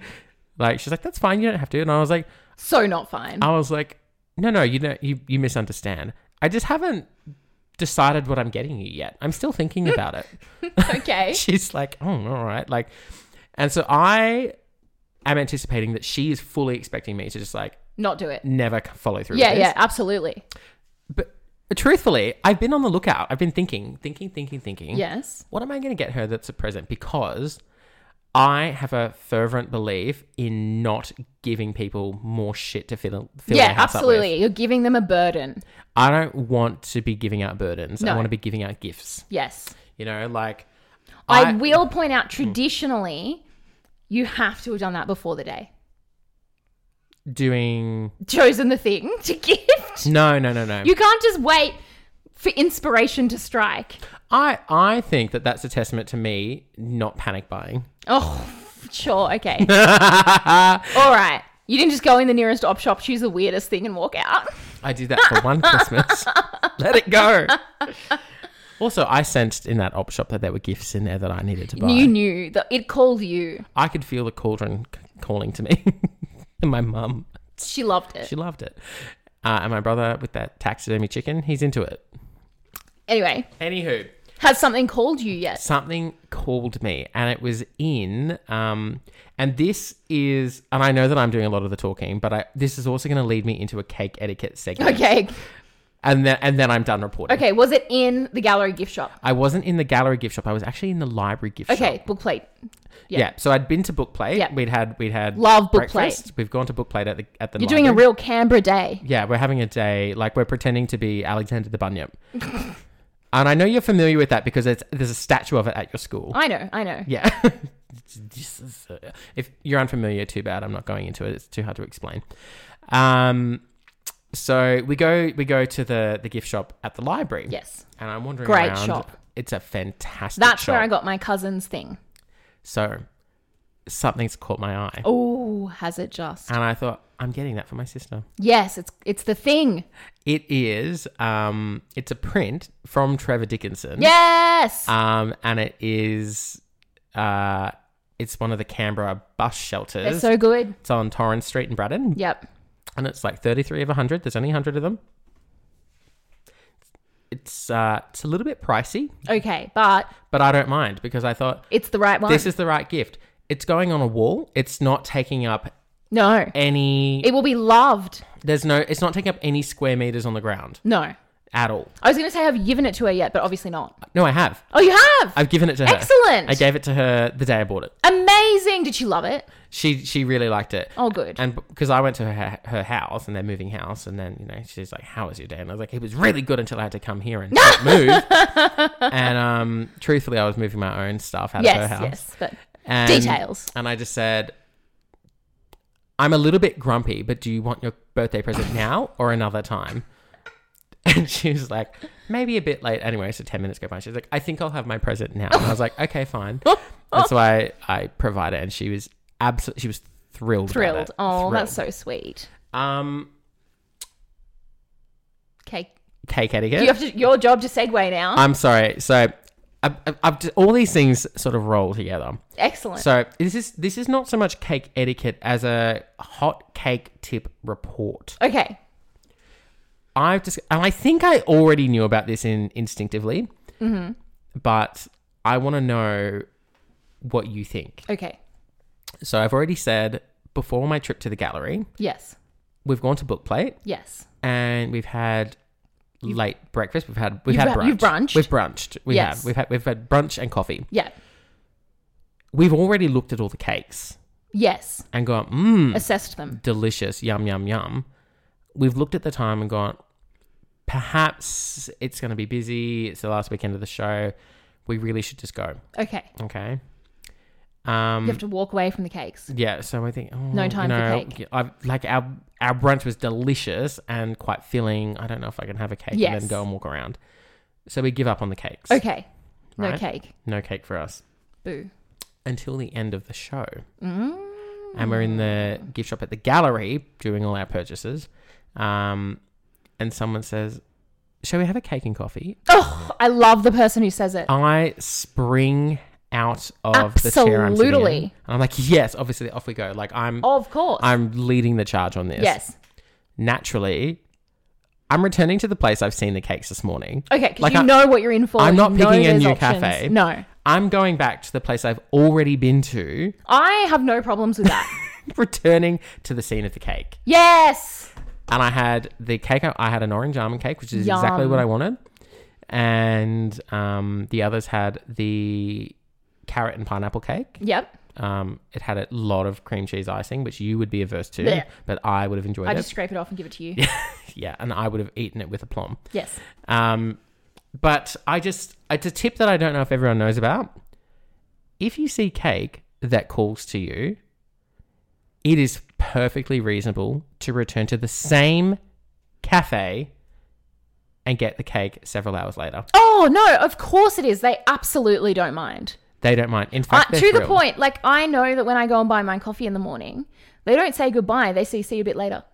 Speaker 1: like she's like, that's fine, you don't have to, and I was like,
Speaker 2: so not fine.
Speaker 1: I was like, no, no, you don't, you you misunderstand. I just haven't decided what I'm getting you yet. I'm still thinking about it
Speaker 2: okay.
Speaker 1: she's like, oh, all right. Like, and so I am anticipating that she is fully expecting me to just like
Speaker 2: Not do it.
Speaker 1: never c- follow through.
Speaker 2: Yeah,
Speaker 1: with
Speaker 2: yeah,
Speaker 1: This.
Speaker 2: absolutely.
Speaker 1: But truthfully, I've been on the lookout. I've been thinking, thinking, thinking, thinking.
Speaker 2: Yes.
Speaker 1: What am I going to get her that's a present? Because I have a fervent belief in not giving people more shit to fill, fill
Speaker 2: yeah,
Speaker 1: their house up with.
Speaker 2: absolutely. You're giving them a burden.
Speaker 1: I don't want to be giving out burdens. I
Speaker 2: No.
Speaker 1: want to be giving out gifts.
Speaker 2: Yes.
Speaker 1: You know, like
Speaker 2: I,
Speaker 1: I- Hmm.
Speaker 2: will point out traditionally, you have to have done that before the day.
Speaker 1: doing.
Speaker 2: Chosen the thing to gift.
Speaker 1: No, no, no, no.
Speaker 2: You can't just wait for inspiration to strike.
Speaker 1: I I think that that's a testament to me not panic buying.
Speaker 2: Oh, sure. Okay. All right. You didn't just go in the nearest op shop, choose the weirdest thing, and walk out.
Speaker 1: I did that for one Christmas. Let it go. Also, I sensed in that op shop that there were gifts in there that I needed to buy.
Speaker 2: You knew that it called you.
Speaker 1: I could feel the cauldron c- calling to me. and my mum,
Speaker 2: She loved it.
Speaker 1: she loved it. Uh, and my brother with that taxidermy chicken, he's into it.
Speaker 2: Anyway,
Speaker 1: Anywho,
Speaker 2: has something called you yet?
Speaker 1: something called me and it was in um and this is and I know that I'm doing a lot of the talking, but I this is also going to lead me into a cake etiquette segment.
Speaker 2: Okay.
Speaker 1: and then and then I'm done reporting.
Speaker 2: Okay. Was it in the gallery gift shop?
Speaker 1: I wasn't in the gallery gift shop. I was actually in the library gift shop.
Speaker 2: Okay. Book plate.
Speaker 1: Yeah. So I'd been to Book Plate.
Speaker 2: Yeah.
Speaker 1: We'd had we'd had
Speaker 2: Love Book
Speaker 1: breakfast. We've gone to Book Plate at the at the.
Speaker 2: You're doing a
Speaker 1: library.
Speaker 2: real Canberra day.
Speaker 1: Yeah, we're having a day like we're pretending to be Alexander the Bunyip. and I know you're familiar with that because it's there's a statue of it at your school.
Speaker 2: I know. I know.
Speaker 1: Yeah. This is, uh, if you're unfamiliar, too bad. I'm not going into it. It's too hard to explain. Um, so we go we go to the the gift shop at the library.
Speaker 2: Yes.
Speaker 1: And I'm wandering
Speaker 2: Great
Speaker 1: around.
Speaker 2: shop.
Speaker 1: It's a fantastic
Speaker 2: That's
Speaker 1: shop.
Speaker 2: where I got my cousin's thing.
Speaker 1: So something's caught my eye.
Speaker 2: Oh, has it just?
Speaker 1: And I thought, I'm getting that for my sister.
Speaker 2: Yes, it's it's the thing.
Speaker 1: It is, um, it's a print from Trevor Dickinson.
Speaker 2: Yes.
Speaker 1: Um, and it is, uh, it's one of the Canberra bus
Speaker 2: They're
Speaker 1: shelters.
Speaker 2: so good.
Speaker 1: it's on Torrens Street in Braddon.
Speaker 2: Yep.
Speaker 1: and it's like 33 of 100 there's only 100 of them it's uh it's a little bit pricey
Speaker 2: Okay, but
Speaker 1: but i don't mind because i thought
Speaker 2: it's the right one.
Speaker 1: this is the right gift it's going on a wall it's not taking up
Speaker 2: no.
Speaker 1: any
Speaker 2: It will be loved.
Speaker 1: there's no it's not taking up any square meters on the ground
Speaker 2: No.
Speaker 1: at all
Speaker 2: I was going to say have you given it to her yet, but obviously not.
Speaker 1: no i have
Speaker 2: Oh, you have.
Speaker 1: i've given it to her
Speaker 2: Excellent.
Speaker 1: i gave it to her the day i bought it
Speaker 2: Amazing. Did she love it?
Speaker 1: she she really liked it
Speaker 2: Oh, good.
Speaker 1: and because I went to her, her house and they're moving house, and then you know she's like, "How was your day?" And I was like, "It was really good until I had to come here and move." and um, truthfully, I was moving my own stuff out of her
Speaker 2: yes,
Speaker 1: house.
Speaker 2: yes. But
Speaker 1: And,
Speaker 2: details.
Speaker 1: And I just said, "I'm a little bit grumpy, but do you want your birthday present now or another time?" And she was like, "Maybe a bit late." Anyway, so ten minutes go by. She's like, "I think I'll have my present now." And I was like, "Okay, fine." That's why I provide it, and she was absolutely she was thrilled. about
Speaker 2: thrilled.
Speaker 1: it.
Speaker 2: Oh,
Speaker 1: Thrilled.
Speaker 2: that's so sweet.
Speaker 1: Um,
Speaker 2: Okay.
Speaker 1: cake
Speaker 2: You
Speaker 1: etiquette.
Speaker 2: have to, your job to segue now.
Speaker 1: I'm sorry. So, I, I, I've just, all these things sort of roll together.
Speaker 2: Excellent.
Speaker 1: So this is this is not so much cake etiquette as a hot cake tip report.
Speaker 2: okay.
Speaker 1: I've just and I think I already knew about this in instinctively,
Speaker 2: Mm-hmm.
Speaker 1: but I want to know what you think.
Speaker 2: Okay.
Speaker 1: So I've already said before my trip to the gallery,
Speaker 2: Yes.
Speaker 1: we've gone to Bookplate
Speaker 2: Yes.
Speaker 1: and we've had late breakfast. We've had we've
Speaker 2: You've
Speaker 1: had
Speaker 2: had-
Speaker 1: brunch.
Speaker 2: you've brunched.
Speaker 1: We've brunched. We
Speaker 2: Yes.
Speaker 1: have. We've had we've had brunch and coffee.
Speaker 2: Yeah.
Speaker 1: We've already looked at all the cakes
Speaker 2: Yes.
Speaker 1: and gone, mmm,
Speaker 2: Assessed them.
Speaker 1: delicious, yum yum yum. We've looked at the time and gone, perhaps it's going to be busy. It's the last weekend of the show. We really should just go.
Speaker 2: Okay.
Speaker 1: Okay.
Speaker 2: You have
Speaker 1: Um.
Speaker 2: to walk away from the cakes.
Speaker 1: Yeah. So I think oh,
Speaker 2: No time
Speaker 1: you
Speaker 2: for
Speaker 1: know,
Speaker 2: cake.
Speaker 1: I've, like our our brunch was delicious and quite filling. I don't know if I can have a cake
Speaker 2: Yes.
Speaker 1: and then go and walk around. So we give up on the cakes.
Speaker 2: Okay. No
Speaker 1: Right.
Speaker 2: cake.
Speaker 1: No cake for us
Speaker 2: Boo.
Speaker 1: until the end of the show.
Speaker 2: Mm.
Speaker 1: And we're in the gift shop at the gallery doing all our purchases. Um, and someone says, Shall we have a cake and coffee?
Speaker 2: Oh, I love the person who says it.
Speaker 1: I spring out of the chair I'm sitting in.
Speaker 2: Absolutely.
Speaker 1: And I'm like, Yes, obviously, off we go. Like, I'm,
Speaker 2: Of course.
Speaker 1: I'm leading the charge on this.
Speaker 2: yes.
Speaker 1: Naturally, I'm returning to the place I've seen the cakes this morning.
Speaker 2: Okay, because
Speaker 1: Like,
Speaker 2: you
Speaker 1: I-
Speaker 2: know what you're in for.
Speaker 1: I'm
Speaker 2: You
Speaker 1: not
Speaker 2: know
Speaker 1: picking a
Speaker 2: there's
Speaker 1: new
Speaker 2: options.
Speaker 1: cafe.
Speaker 2: No,
Speaker 1: I'm going back to the place I've already been to,
Speaker 2: I have no problems with that.
Speaker 1: returning to the scene of the cake.
Speaker 2: yes,
Speaker 1: and I had the cake. I had an orange almond cake, which is exactly
Speaker 2: Yum.
Speaker 1: what I wanted, and um, the others had the carrot and pineapple cake.
Speaker 2: yep.
Speaker 1: Um, it had a lot of cream cheese icing, which you would be averse to,
Speaker 2: Blech.
Speaker 1: but I would have enjoyed
Speaker 2: I
Speaker 1: it.
Speaker 2: just scrape it off and give it to you.
Speaker 1: yeah, and I would have eaten it with aplomb.
Speaker 2: Yes.
Speaker 1: Um, but I just it's a tip that I don't know if everyone knows about. If you see cake that calls to you, it is perfectly reasonable to return to the same cafe and get the cake several hours later.
Speaker 2: Oh no, of course it is. They absolutely don't mind.
Speaker 1: They don't mind. In
Speaker 2: Uh,
Speaker 1: fact,
Speaker 2: to
Speaker 1: they're
Speaker 2: the
Speaker 1: thrilled.
Speaker 2: point, like I know that when I go and buy my coffee in the morning, they don't say goodbye. They say see you a bit later.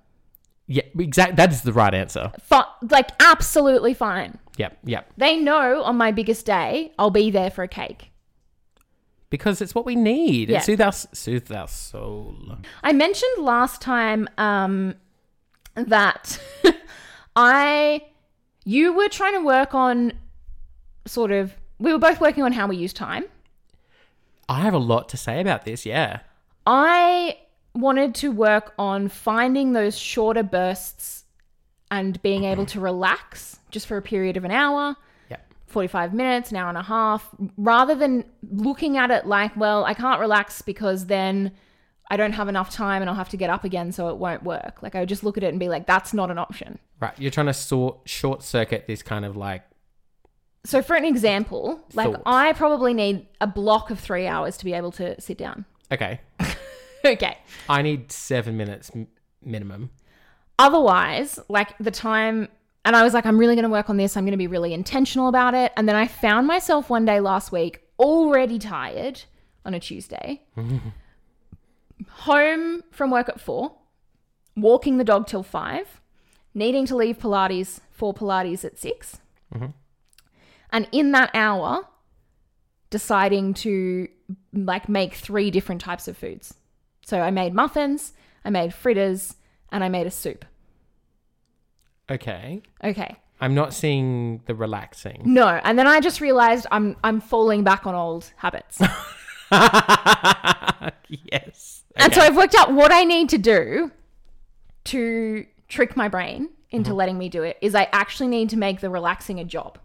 Speaker 1: Yeah, exactly. That is the right answer.
Speaker 2: Fi- like absolutely fine.
Speaker 1: Yep, yep.
Speaker 2: They know on my biggest day I'll be there for a cake.
Speaker 1: Because it's what we need.
Speaker 2: Yeah.
Speaker 1: It soothes our, s- soothes our soul.
Speaker 2: I mentioned last time um, that I, you were trying to work on sort of, we were both working on how we use time.
Speaker 1: I have a lot to say about this. Yeah.
Speaker 2: I wanted to work on finding those shorter bursts and being able to relax just for a period of an hour.
Speaker 1: Yep.
Speaker 2: 45 minutes, an hour and a half, rather than looking at it like, well, I can't relax because then I don't have enough time and I'll have to get up again, so it won't work. Like, I would just look at it and be like, that's not an option.
Speaker 1: Right. You're trying to sort short circuit this kind of like
Speaker 2: So, for an example, like,
Speaker 1: Thoughts.
Speaker 2: I probably need a block of three hours to be able to sit down.
Speaker 1: Okay.
Speaker 2: okay.
Speaker 1: I need seven minutes m- minimum.
Speaker 2: Otherwise, like, the time. And I was like, I'm really going to work on this. I'm going to be really intentional about it. And then I found myself one day last week already tired. I on a Tuesday. Home from work at four, walking the dog till five, needing to leave Pilates for Pilates at 6 And in that hour, deciding to like make three different types of foods. So I made muffins, I made fritters, and I made a soup.
Speaker 1: Okay.
Speaker 2: Okay.
Speaker 1: I'm not seeing the relaxing.
Speaker 2: No, and then I just realized I'm I'm falling back on old habits.
Speaker 1: yes.
Speaker 2: And so I've worked out what I need to do to trick my brain into letting me do it is I actually need to make the relaxing a job.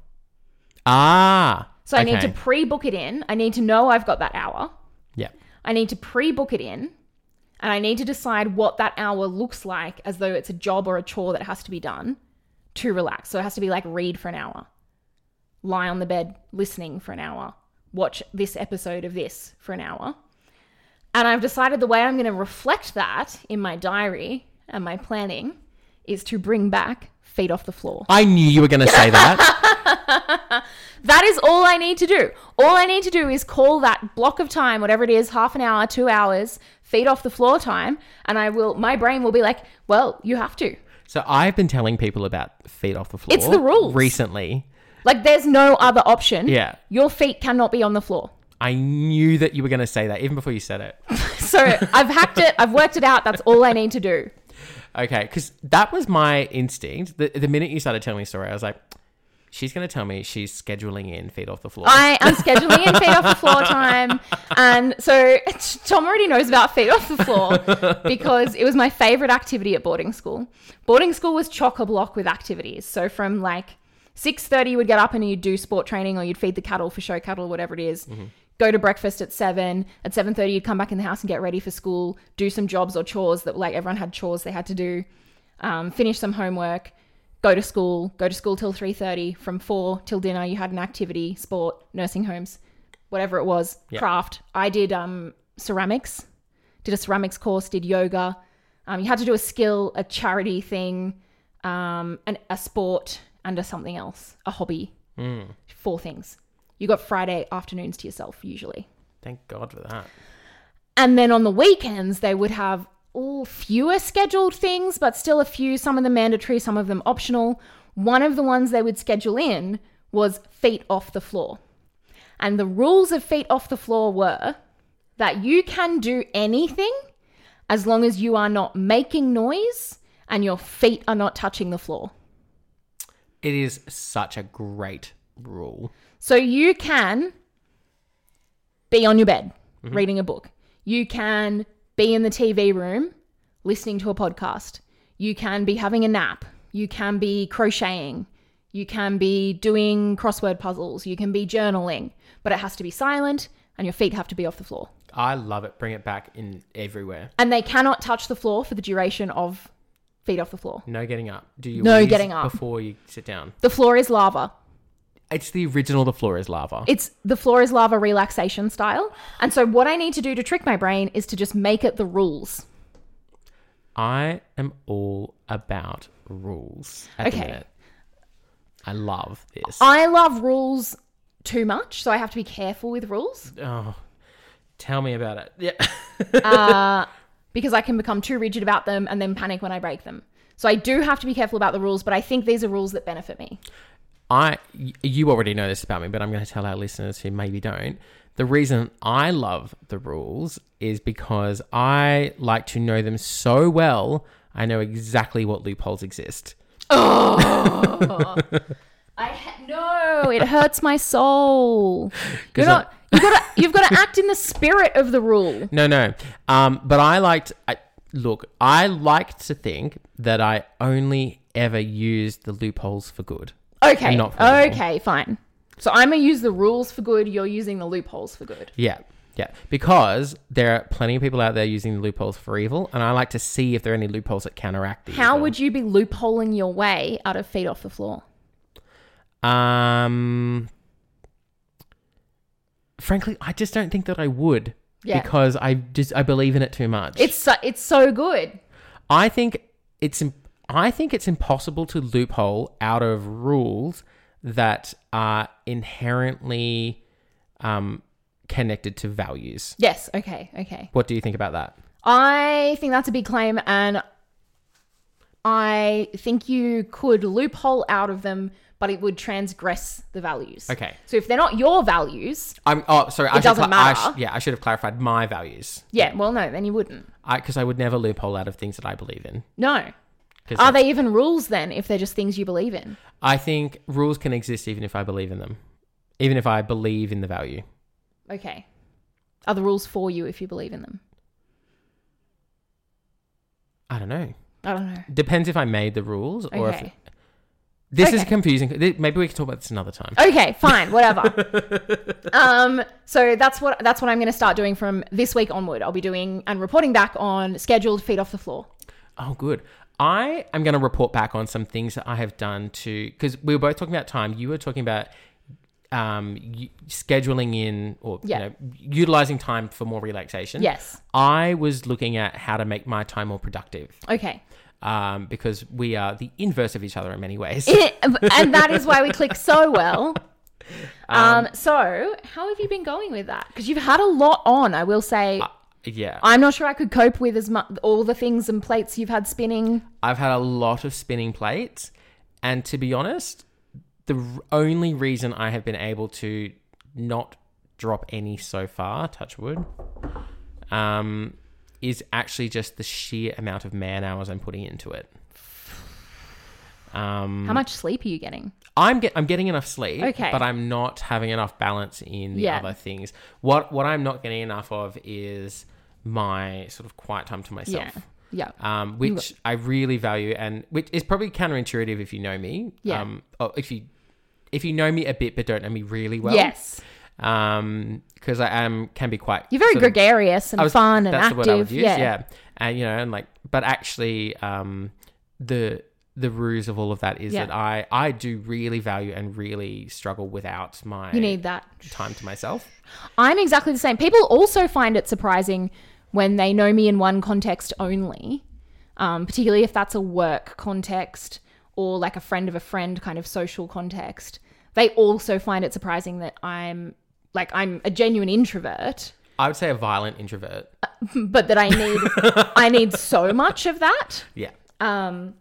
Speaker 1: Ah.
Speaker 2: So I need to
Speaker 1: okay.
Speaker 2: pre-book it in. I need to know I've got that hour.
Speaker 1: Yeah.
Speaker 2: I need to pre-book it in and I need to decide what that hour looks like as though it's a job or a chore that has to be done to relax. So it has to be like read for an hour, lie on the bed listening for an hour, watch this episode of this for an hour. And I've decided the way I'm going to reflect that in my diary and my planning is to bring back feet off the floor.
Speaker 1: I knew you were going to say that.
Speaker 2: That is all I need to do. All I need to do is call that block of time, whatever it is, half an hour, two hours, feet off the floor time, and I will. My brain will be like, "Well, you have to."
Speaker 1: So I've been telling people about feet off the floor.
Speaker 2: It's the rules.
Speaker 1: Recently.
Speaker 2: Like, there's no other option.
Speaker 1: Yeah.
Speaker 2: your feet cannot be on the floor.
Speaker 1: I knew that you were going to say that even before you said it.
Speaker 2: So I've hacked it. I've worked it out. That's all I need to do.
Speaker 1: Okay, because that was my instinct. The, the minute you started telling me the story, I was like, she's going to tell me she's scheduling in feet off the floor.
Speaker 2: I am scheduling in feet off the floor time, and so Tom already knows about feet off the floor because it was my favorite activity at boarding school. Boarding school was chock a block with activities. So from like six thirty, you would get up and you'd do sport training, or you'd feed the cattle for show cattle, whatever it is. Go to breakfast at seven. At seven thirty, you'd come back in the house and get ready for school. Do some jobs or chores that like everyone had chores they had to do. Um, finish some homework go to school, go to school till 3:30, from 4 till dinner you had an activity, sport, nursing homes, whatever it was, craft. I did um ceramics. Did a ceramics course, did yoga. Um, you had to do a skill, a charity thing, um an, a sport and a something else, a hobby. Four things. You got Friday afternoons to yourself usually.
Speaker 1: Thank God for that.
Speaker 2: And then on the weekends, they would have oh, fewer scheduled things, but still a few, some of them mandatory, some of them optional. One of the ones they would schedule in was feet off the floor. And the rules of feet off the floor were that you can do anything as long as you are not making noise and your feet are not touching the floor.
Speaker 1: It is such a great rule.
Speaker 2: So you can be on your bed reading a book. You can be in the TV room listening to a podcast. You can be having a nap. You can be crocheting. You can be doing crossword puzzles. You can be journaling, but it has to be silent and your feet have to be off the floor.
Speaker 1: I love it. Bring it back in everywhere.
Speaker 2: And they cannot touch the floor for the duration of feet off the floor.
Speaker 1: No getting up. Do you
Speaker 2: No
Speaker 1: wheeze
Speaker 2: getting up.
Speaker 1: before you sit down?
Speaker 2: The floor is lava.
Speaker 1: It's the original. The floor is lava.
Speaker 2: It's the floor is lava relaxation style. And so what I need to do to trick my brain is to just make it the rules.
Speaker 1: I am all about rules. At
Speaker 2: Okay.
Speaker 1: The minute. I love this.
Speaker 2: I love rules too much, so I have to be careful with rules
Speaker 1: oh, tell me about it. Yeah.
Speaker 2: because I can become too rigid about them and then panic when I break them. So I do have to be careful about the rules, but I think these are rules that benefit me.
Speaker 1: I y- you already know this about me, but I'm going to tell our listeners who maybe don't. The reason I love the rules is because I like to know them so well. I know exactly what loopholes exist. Oh.
Speaker 2: I ha- no, it hurts my soul. You're
Speaker 1: 'Cause I-
Speaker 2: not. You gotta. You've got to act in the spirit of the rule.
Speaker 1: No, no. Um, but I liked. I, look, I like to think that I only ever use the loopholes for good.
Speaker 2: Okay.
Speaker 1: And not for evil.
Speaker 2: Okay. Fine. So I'm gonna use the rules for good. You're using the loopholes for good.
Speaker 1: Yeah. Yeah, because there are plenty of people out there using loopholes for evil, and I like to see if there are any loopholes that counteract the
Speaker 2: How
Speaker 1: evil.
Speaker 2: would you be loopholing your way out of feet off the floor?
Speaker 1: Um, frankly, I just don't think that I would.
Speaker 2: Yeah.
Speaker 1: Because I just I believe in it too much.
Speaker 2: It's so, it's so good.
Speaker 1: I think it's im- I think it's impossible to loophole out of rules that are inherently um, connected to values.
Speaker 2: Yes. Okay. Okay.
Speaker 1: What do you think about that?
Speaker 2: I think that's a big claim, and I think you could loophole out of them, but it would transgress the values.
Speaker 1: Okay.
Speaker 2: So if they're not your values,
Speaker 1: I'm oh sorry. I should
Speaker 2: doesn't
Speaker 1: cla- I sh-
Speaker 2: matter.
Speaker 1: yeah, I should have clarified my values
Speaker 2: yeah, well, no, then you wouldn't.
Speaker 1: because I, would never loophole out of things that I believe in.
Speaker 2: No.
Speaker 1: 'Cause
Speaker 2: Are they even rules then if they're just things you believe in?
Speaker 1: I think rules can exist even if I believe in them, even if I believe in the value.
Speaker 2: Okay. Are the rules for you if you believe in them?
Speaker 1: I don't know.
Speaker 2: I don't know.
Speaker 1: Depends if I made the rules or if
Speaker 2: Okay.
Speaker 1: this is
Speaker 2: Okay. Oh.
Speaker 1: confusing. Th- Maybe we can talk about this another time.
Speaker 2: Okay, fine, whatever. um, so that's what that's what I'm going to start doing from this week onward. I'll be doing and reporting back on scheduled feet off the floor.
Speaker 1: Oh, good. I am going to report back on some things that I have done to because we were both talking about time. You were talking about um, y- scheduling in or
Speaker 2: Yeah.
Speaker 1: you know utilizing time for more relaxation.
Speaker 2: Yes.
Speaker 1: I was looking at how to make my time more productive
Speaker 2: Okay.
Speaker 1: um, because we are the inverse of each other in many ways.
Speaker 2: and that is why we click so well. Um, so how have you been going with that? Because you've had a lot on. I will say,
Speaker 1: yeah,
Speaker 2: I'm not sure I could cope with as much all the things and plates you've had spinning.
Speaker 1: I've had a lot of spinning plates, and to be honest, the r- only reason I have been able to not drop any so far, touch wood, um, is actually just the sheer amount of man hours I'm putting into it. Um,
Speaker 2: How much sleep are you getting?
Speaker 1: I'm get I'm getting enough sleep,
Speaker 2: Okay.
Speaker 1: but I'm not having enough balance in the
Speaker 2: Yeah.
Speaker 1: other things. What what I'm not getting enough of is my sort of quiet time to myself
Speaker 2: Yeah. Yeah.
Speaker 1: um, which I really value, and which is probably counterintuitive if you know me.
Speaker 2: Yeah.
Speaker 1: Um, or if you if you know me a bit but don't know me really well.
Speaker 2: yes.
Speaker 1: Um, because I am can be quite.
Speaker 2: You're very
Speaker 1: sort of-
Speaker 2: gregarious and
Speaker 1: I was-
Speaker 2: fun and
Speaker 1: that's
Speaker 2: active.
Speaker 1: the word I would use.
Speaker 2: yeah.
Speaker 1: Yeah. And you know, and like, but actually, um, the the ruse of all of that is
Speaker 2: Yeah.
Speaker 1: that I I do really value and really struggle without my
Speaker 2: You need that.
Speaker 1: time to myself.
Speaker 2: I'm exactly the same. People also find it surprising when they know me in one context only, um, particularly if that's a work context or like a friend of a friend kind of social context. They also find it surprising that I'm like I'm a genuine introvert,
Speaker 1: I would say a violent introvert.
Speaker 2: but that I need I need so much of that.
Speaker 1: Yeah.
Speaker 2: Um,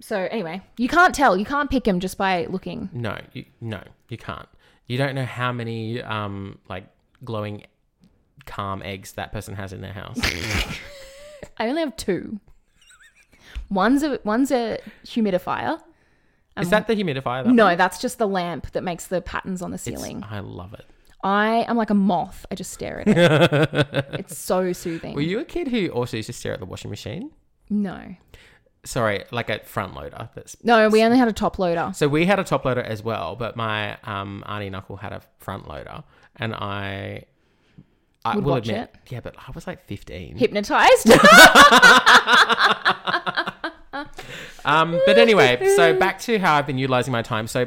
Speaker 2: so anyway, you can't tell. You can't pick him just by looking.
Speaker 1: No, you, no, you can't. You don't know how many um like glowing calm eggs that person has in their house.
Speaker 2: I only have two. One's a one's a humidifier.
Speaker 1: is that the humidifier? That
Speaker 2: Um, No, that's just the lamp that makes the patterns on the ceiling.
Speaker 1: I love it.
Speaker 2: I am like a moth. I just stare at it. it's so soothing.
Speaker 1: Were you a kid who also used to stare at the washing machine?
Speaker 2: no,
Speaker 1: Sorry, like a front loader. That's
Speaker 2: no, we only had a top loader.
Speaker 1: so we had a top loader as well, but my um auntie and uncle had a front loader, and I. I
Speaker 2: Would
Speaker 1: will
Speaker 2: watch
Speaker 1: admit, yeah, but I was like fifteen.
Speaker 2: Hypnotized.
Speaker 1: Um, but anyway, so back to how I've been utilizing my time. So,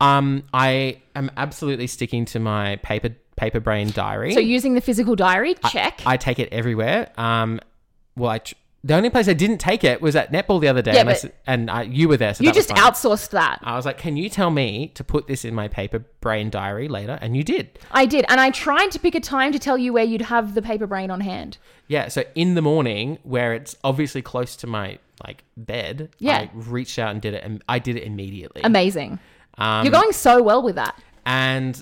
Speaker 1: um, I am absolutely sticking to my paper paper brain diary.
Speaker 2: so using the physical diary, check.
Speaker 1: I take it everywhere. Um, well, I tr- the only place I didn't take it was at netball the other day,
Speaker 2: Yeah,
Speaker 1: and, I s-
Speaker 2: but-
Speaker 1: and I, you were there. So
Speaker 2: you
Speaker 1: that was
Speaker 2: just
Speaker 1: fine.
Speaker 2: outsourced that.
Speaker 1: I was like, can you tell me to put this in my paper brain diary later? And you did.
Speaker 2: I did, and I tried to pick a time to tell you where you'd have the paper brain on hand.
Speaker 1: Yeah. So in the morning, where it's obviously close to my like bed,
Speaker 2: Yeah.
Speaker 1: I reached out and did it, and I did it immediately.
Speaker 2: Amazing.
Speaker 1: Um,
Speaker 2: You're going so well with that.
Speaker 1: And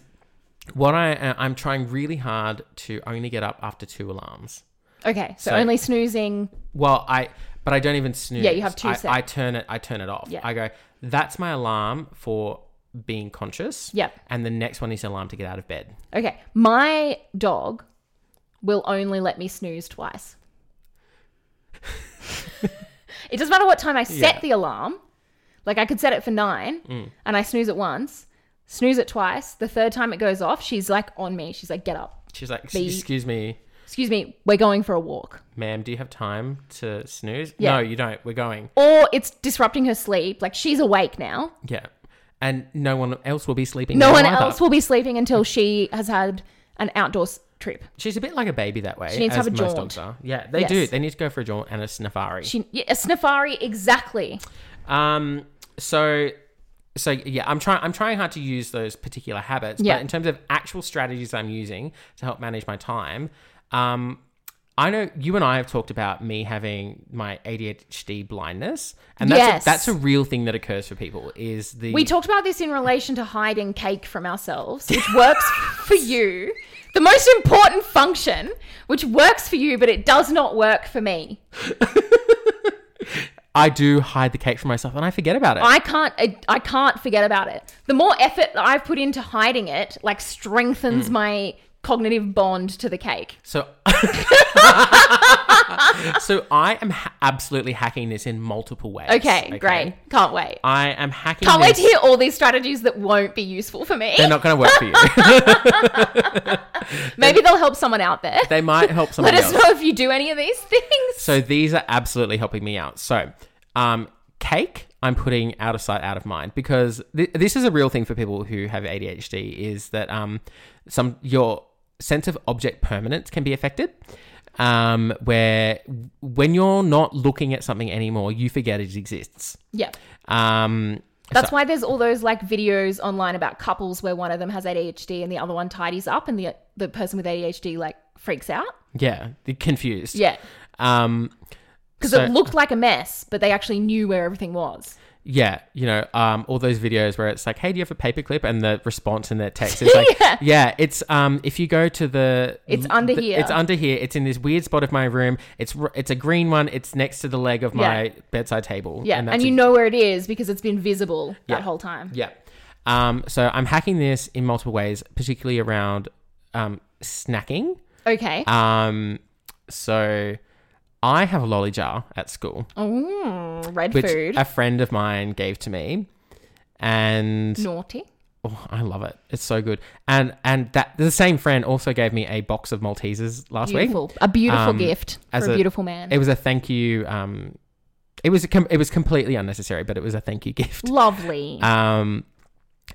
Speaker 1: what I uh, I'm trying really hard to only get up after two alarms.
Speaker 2: Okay, so,
Speaker 1: So-
Speaker 2: only snoozing.
Speaker 1: Well, I but I don't even snooze.
Speaker 2: Yeah, you have two
Speaker 1: I,
Speaker 2: set.
Speaker 1: I turn it. I turn it off.
Speaker 2: Yeah.
Speaker 1: I go. That's my alarm for being conscious.
Speaker 2: Yep.
Speaker 1: And the next one is an alarm to get out of bed.
Speaker 2: Okay, my dog will only let me snooze twice. it doesn't matter what time I set
Speaker 1: Yeah.
Speaker 2: the alarm. Like I could set it for nine, and I snooze it once, snooze it twice. The third time it goes off, she's like on me. She's like, "Get up!
Speaker 1: She's like,
Speaker 2: Be-
Speaker 1: excuse me,
Speaker 2: Excuse me, we're going for a walk."
Speaker 1: ma'am. Do you have time to snooze?
Speaker 2: Yeah.
Speaker 1: No, you don't. We're going.
Speaker 2: Or it's disrupting her sleep. Like she's awake now.
Speaker 1: Yeah. And no one else will be sleeping.
Speaker 2: No
Speaker 1: now
Speaker 2: one
Speaker 1: either.
Speaker 2: else will be sleeping until she has had an outdoor s- trip.
Speaker 1: She's a bit like a baby that way. She
Speaker 2: needs to
Speaker 1: as
Speaker 2: have a
Speaker 1: most
Speaker 2: jaunt.
Speaker 1: dogs are. Yeah, they
Speaker 2: Yes.
Speaker 1: do. They need to go for a jaunt and a snafari.
Speaker 2: She, yeah, a snifari, exactly.
Speaker 1: Um, so so yeah, I'm trying. I'm trying hard to use those particular habits.
Speaker 2: Yeah.
Speaker 1: But in terms of actual strategies I'm using to help manage my time, um, I know you and I have talked about me having my ADHD blindness, and that's
Speaker 2: Yes.
Speaker 1: a, that's a real thing that occurs for people. Is the
Speaker 2: We talked about this in relation to hiding cake from ourselves, which works for you. The most important function, which works for you, but it does not work for me.
Speaker 1: I do hide the cake from myself and I forget about it.
Speaker 2: I can't. I, I can't forget about it. The more effort that I've put into hiding it, like
Speaker 1: Mm.
Speaker 2: strengthens my cognitive bond to the cake.
Speaker 1: So, so I am ha- absolutely hacking this in multiple ways.
Speaker 2: Okay, great. Can't wait.
Speaker 1: I am hacking.
Speaker 2: Can't wait
Speaker 1: this.
Speaker 2: to hear all these strategies that won't be useful for me.
Speaker 1: They're not going to work for you.
Speaker 2: Maybe they'll help someone out there.
Speaker 1: they might help
Speaker 2: Let
Speaker 1: somebody
Speaker 2: us
Speaker 1: else.
Speaker 2: know if you do any of these things.
Speaker 1: So these are absolutely helping me out. So, um, cake, I'm putting out of sight, out of mind because th- this is a real thing for people who have ADHD. Is that um, some your sense of object permanence can be affected. Um, where when you're not looking at something anymore, you forget it exists.
Speaker 2: Yeah.
Speaker 1: Um,
Speaker 2: That's why there's all those like videos online about couples where one of them has ADHD and the other one tidies up and the the person with ADHD like freaks out.
Speaker 1: yeah, they're confused.
Speaker 2: Yeah.
Speaker 1: Um,
Speaker 2: Because
Speaker 1: So-
Speaker 2: it looked like a mess, but they actually knew where everything was.
Speaker 1: yeah, you know, um, all those videos where it's like, "Hey, do you have a paperclip?" and the response in their text is like,
Speaker 2: Yeah.
Speaker 1: yeah. it's um, if you go to the,
Speaker 2: It's under
Speaker 1: the-
Speaker 2: here.
Speaker 1: It's under here. It's in this weird spot of my room. It's r- it's a green one. It's next to the leg of my
Speaker 2: Yeah.
Speaker 1: bedside table.
Speaker 2: Yeah. And, you
Speaker 1: a-
Speaker 2: know where it is because it's been visible that
Speaker 1: Yeah.
Speaker 2: whole time.
Speaker 1: yeah. Um, so I'm hacking this in multiple ways, particularly around um, snacking.
Speaker 2: Okay.
Speaker 1: Um, so I have a lolly jar at school.
Speaker 2: Oh, red
Speaker 1: which
Speaker 2: food.
Speaker 1: a friend of mine gave to me and
Speaker 2: Naughty.
Speaker 1: oh, I love it. It's so good. And and that the same friend also gave me a box of Maltesers last week.
Speaker 2: Beautiful. A beautiful
Speaker 1: Um,
Speaker 2: gift for
Speaker 1: as
Speaker 2: a,
Speaker 1: a-
Speaker 2: beautiful man.
Speaker 1: It was a thank you um it was a com- it was completely unnecessary, but it was a thank you gift.
Speaker 2: Lovely.
Speaker 1: Um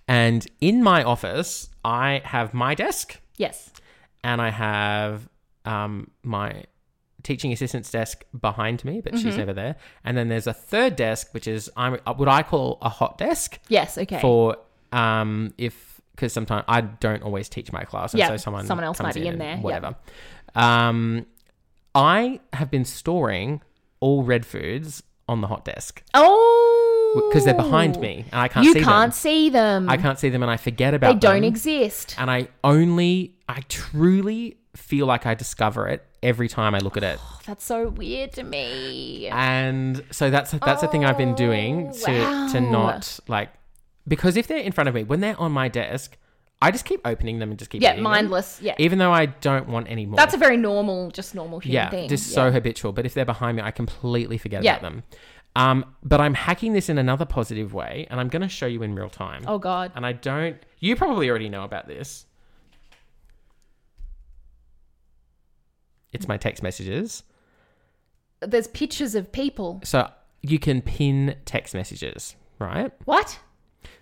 Speaker 1: and in my office, I have my desk
Speaker 2: yes.
Speaker 1: and I have um my teaching assistant's desk behind me, but she's never there. And then there's a third desk, which is I'm what I call a hot desk.
Speaker 2: Yes. Okay.
Speaker 1: for um if because sometimes I don't always teach my class, and
Speaker 2: Yeah,
Speaker 1: so someone
Speaker 2: someone else
Speaker 1: comes
Speaker 2: might be in
Speaker 1: and
Speaker 2: there, yeah.
Speaker 1: whatever. Um, I have been storing all red foods on the hot desk
Speaker 2: oh.
Speaker 1: because they're behind me and I can't
Speaker 2: You
Speaker 1: see
Speaker 2: can't
Speaker 1: them.
Speaker 2: see them.
Speaker 1: I can't see them, and I forget about
Speaker 2: they don't
Speaker 1: them,
Speaker 2: exist.
Speaker 1: and I only I truly feel like I discover it every time I look at it.
Speaker 2: That's so weird to me.
Speaker 1: and so that's that's a thing I've been doing to
Speaker 2: Oh, wow.
Speaker 1: to not like because if they're in front of me when they're on my desk, I just keep opening them and just keep
Speaker 2: yeah,
Speaker 1: eating them,
Speaker 2: mindless. Yeah.
Speaker 1: even though I don't want any more.
Speaker 2: That's a very normal, just normal human
Speaker 1: yeah,
Speaker 2: thing.
Speaker 1: just
Speaker 2: yeah.
Speaker 1: so habitual. But if they're behind me, I completely forget
Speaker 2: Yeah.
Speaker 1: about them. Um, but I'm hacking this in another positive way, and I'm going to show you in real time.
Speaker 2: Oh, God.
Speaker 1: And I don't. You probably already know about this. It's my text messages.
Speaker 2: There's pictures of people.
Speaker 1: So you can pin text messages, right?
Speaker 2: What?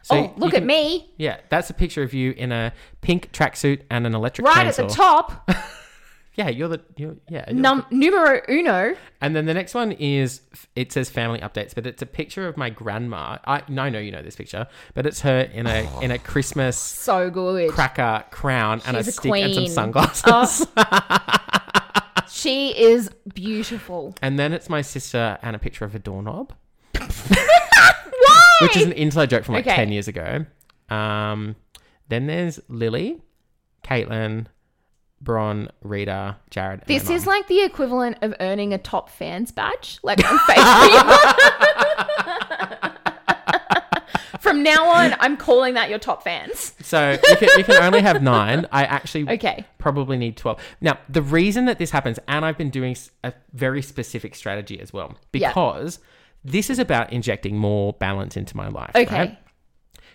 Speaker 1: So
Speaker 2: oh, look
Speaker 1: you
Speaker 2: at
Speaker 1: can-
Speaker 2: me.
Speaker 1: Yeah, that's a picture of you in a pink tracksuit and an electric
Speaker 2: Right
Speaker 1: chainsaw.
Speaker 2: at the top,
Speaker 1: Yeah, you're the you're, yeah. you're-
Speaker 2: num- numero uno.
Speaker 1: and then the next one is it says family updates, but it's a picture of my grandma. I no, I know you know this picture, but it's her in a in a Christmas
Speaker 2: So good.
Speaker 1: cracker crown and a
Speaker 2: She's a
Speaker 1: stick and some
Speaker 2: queen. Oh.
Speaker 1: sunglasses.
Speaker 2: She is beautiful.
Speaker 1: And then it's my sister and a picture of a doorknob,
Speaker 2: Why?
Speaker 1: which is an inside joke from like
Speaker 2: Okay.
Speaker 1: ten years ago. Um, then there's Lily, Caitlin, Bron, Rita, Jared. and my
Speaker 2: This
Speaker 1: mum.
Speaker 2: is like the equivalent of earning a top fans badge, like on Facebook. From now on, I'm calling that your top fans.
Speaker 1: So you can, you can only have nine. I actually
Speaker 2: Okay.
Speaker 1: probably need 12. Now, the reason that this happens, and I've been doing s- a very specific strategy as well,
Speaker 2: Yeah.
Speaker 1: because this is about injecting more balance into my life.
Speaker 2: Okay.
Speaker 1: right?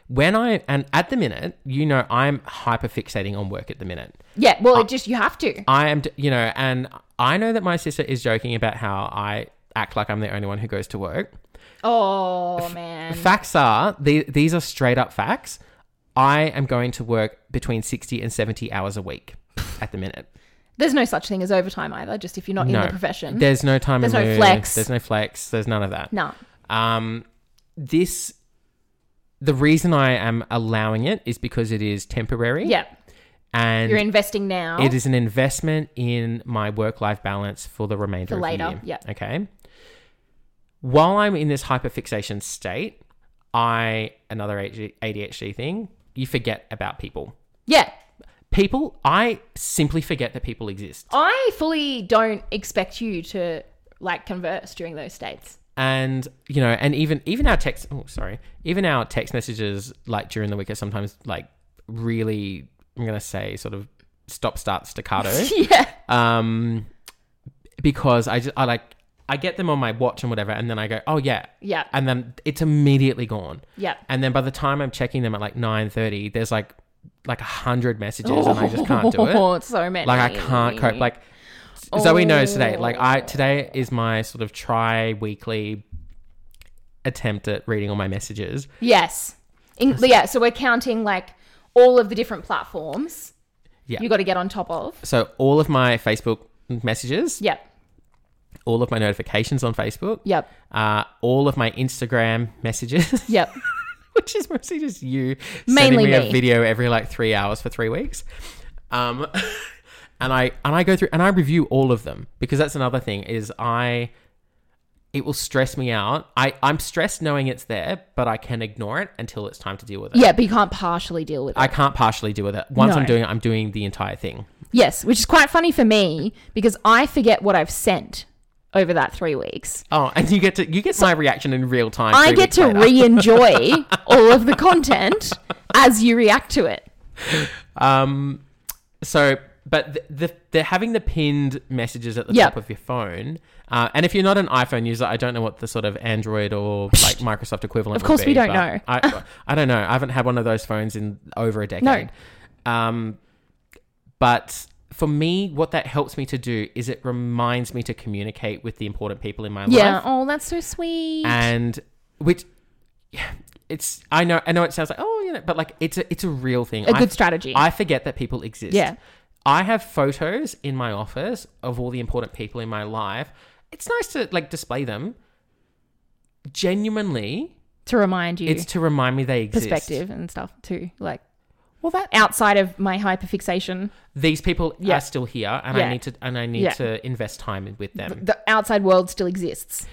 Speaker 1: When I, and at the minute, you know, I'm hyper fixating on work at the minute.
Speaker 2: Yeah.
Speaker 1: Uh,
Speaker 2: Well, it just you have to.
Speaker 1: I am, d- you know, and I know that my sister is joking about how I act like I'm the only one who goes to work.
Speaker 2: Oh man.
Speaker 1: Facts are, the, these are straight up facts. I am going to work between 60 and 70 hours a week at the minute.
Speaker 2: There's no such thing as overtime either. Just if you're not in
Speaker 1: No.
Speaker 2: the profession.
Speaker 1: There's no time
Speaker 2: There's
Speaker 1: and
Speaker 2: no
Speaker 1: lieu.
Speaker 2: flex.
Speaker 1: There's no flex. There's none of that.
Speaker 2: no.
Speaker 1: Um, this Um, the reason I am allowing it is because it is temporary.
Speaker 2: Yeah.
Speaker 1: And
Speaker 2: You're investing now.
Speaker 1: it is an investment in my work life balance for the remainder
Speaker 2: For
Speaker 1: of
Speaker 2: later,
Speaker 1: the year.
Speaker 2: yep.
Speaker 1: Okay. While I'm in this hyperfixation state, I another ADHD thing, you forget about people.
Speaker 2: Yeah.
Speaker 1: People, I simply forget that people exist.
Speaker 2: I fully don't expect you to like converse during those states.
Speaker 1: and you know and even even our text oh sorry even our text messages like during the week are sometimes like really i'm gonna say sort of stop start staccato
Speaker 2: yeah.
Speaker 1: um because i just i like i get them on my watch and whatever and then i go oh yeah
Speaker 2: Yeah.
Speaker 1: and then it's immediately gone
Speaker 2: Yeah.
Speaker 1: and then by the time i'm checking them at like 9.30 there's like like a hundred messages and i just can't do it
Speaker 2: Oh, so many.
Speaker 1: like I can't cope. Like Zoe knows today. Like I today is my sort of try weekly attempt at reading all my messages.
Speaker 2: yes. In, yeah. So we're counting like all of the different platforms.
Speaker 1: Yeah.
Speaker 2: You got to get on top of.
Speaker 1: So all of my Facebook messages,
Speaker 2: Yep.
Speaker 1: all of my notifications on Facebook,
Speaker 2: Yep.
Speaker 1: uh, all of my Instagram messages,
Speaker 2: Yep.
Speaker 1: which is mostly just you
Speaker 2: Mainly
Speaker 1: sending me,
Speaker 2: me.
Speaker 1: a video every like three hours for three weeks. Um, and I and I go through and I review all of them because that's another thing is I it will stress me out. I I'm stressed knowing it's there, but I can ignore it until it's time to deal with it.
Speaker 2: yeah, but you can't partially deal with it.
Speaker 1: I can't partially deal with it. Once I'm
Speaker 2: No.
Speaker 1: doing it, I'm doing the entire thing.
Speaker 2: yes, which is quite funny for me because I forget what I've sent over that three weeks.
Speaker 1: Oh, and you get to you get my reaction in real time.
Speaker 2: I
Speaker 1: three
Speaker 2: get
Speaker 1: weeks
Speaker 2: to
Speaker 1: later.
Speaker 2: re-enjoy all of the content as you react to it.
Speaker 1: Um, so, but the, the they're having the pinned messages at the
Speaker 2: Yeah.
Speaker 1: top of your phone. Uh, and if you're not an iPhone user, I don't know what the sort of Android or like Microsoft equivalent.
Speaker 2: Of course
Speaker 1: would
Speaker 2: we
Speaker 1: be,
Speaker 2: don't
Speaker 1: but
Speaker 2: know.
Speaker 1: I, I don't know. I haven't had one of those phones in over a decade. No. Um, but for me, what that helps me to do is it reminds me to communicate with the important people in my
Speaker 2: Yeah.
Speaker 1: life
Speaker 2: Oh, that's so sweet.
Speaker 1: and which yeah, it's I know I know it sounds like oh you know but like it's a it's a real thing.
Speaker 2: A
Speaker 1: I-
Speaker 2: good strategy.
Speaker 1: I forget that people exist.
Speaker 2: Yeah.
Speaker 1: I have photos in my office of all the important people in my life. It's nice to like display them. Genuinely,
Speaker 2: to remind you
Speaker 1: it's to remind me they exist.
Speaker 2: perspective and stuff too. Like
Speaker 1: Well, that
Speaker 2: outside of my hyperfixation,
Speaker 1: these people
Speaker 2: Yeah.
Speaker 1: are still here, and
Speaker 2: Yeah.
Speaker 1: I need to and I need
Speaker 2: Yeah.
Speaker 1: to invest time in- with them.
Speaker 2: the outside world still exists.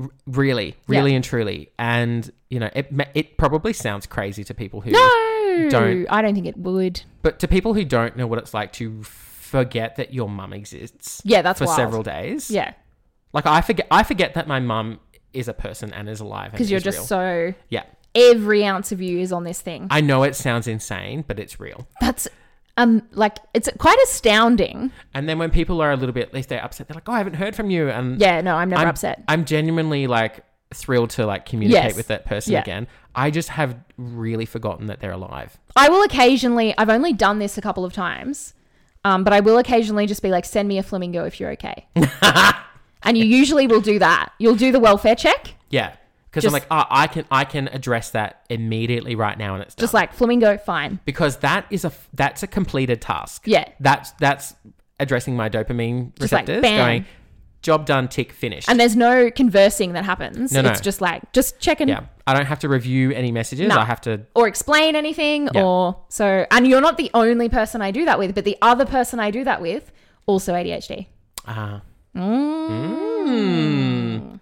Speaker 1: R- really,
Speaker 2: Yeah.
Speaker 1: really, and truly. And you know, it ma- it probably sounds crazy to people who
Speaker 2: No,
Speaker 1: Don't.
Speaker 2: I don't think it would.
Speaker 1: But to people who don't know what it's like to forget that your mum exists
Speaker 2: Yeah, that's
Speaker 1: for
Speaker 2: wild.
Speaker 1: several days.
Speaker 2: Yeah,
Speaker 1: Like I forget I forget that my mum is a person and is alive and
Speaker 2: because you're
Speaker 1: is
Speaker 2: just
Speaker 1: real.
Speaker 2: so
Speaker 1: Yeah.
Speaker 2: every ounce of you is on this thing.
Speaker 1: I know it sounds insane, but it's real.
Speaker 2: That's um like it's quite astounding.
Speaker 1: And then when people are a little bit if they're upset, they're like, Oh, I haven't heard from you and
Speaker 2: Yeah, no, I'm never
Speaker 1: I'm
Speaker 2: upset.
Speaker 1: I'm genuinely like thrilled to like communicate
Speaker 2: Yes.
Speaker 1: with that person
Speaker 2: Yeah.
Speaker 1: again. I just have really forgotten that they're alive.
Speaker 2: I will occasionally. I've only done this a couple of times, um, but I will occasionally just be like, "Send me a flamingo if you're okay." and you usually will do that. You'll do the welfare check,
Speaker 1: Yeah. Because
Speaker 2: Just-
Speaker 1: I'm like, oh, I can I can address that immediately right now and it's done.
Speaker 2: just like flamingo, fine.
Speaker 1: because that is a that's a completed task.
Speaker 2: Yeah.
Speaker 1: That's that's addressing my dopamine
Speaker 2: Just like,
Speaker 1: receptors.
Speaker 2: bam.
Speaker 1: going job done, tick finished.
Speaker 2: And there's no conversing that happens.
Speaker 1: No, no.
Speaker 2: It's just like just checking
Speaker 1: yeah, I don't have to review any messages.
Speaker 2: No.
Speaker 1: I have to.
Speaker 2: or explain anything
Speaker 1: Yeah.
Speaker 2: or so. And you're not the only person I do that with, but the other person I do that with also ADHD.
Speaker 1: Uh, mm.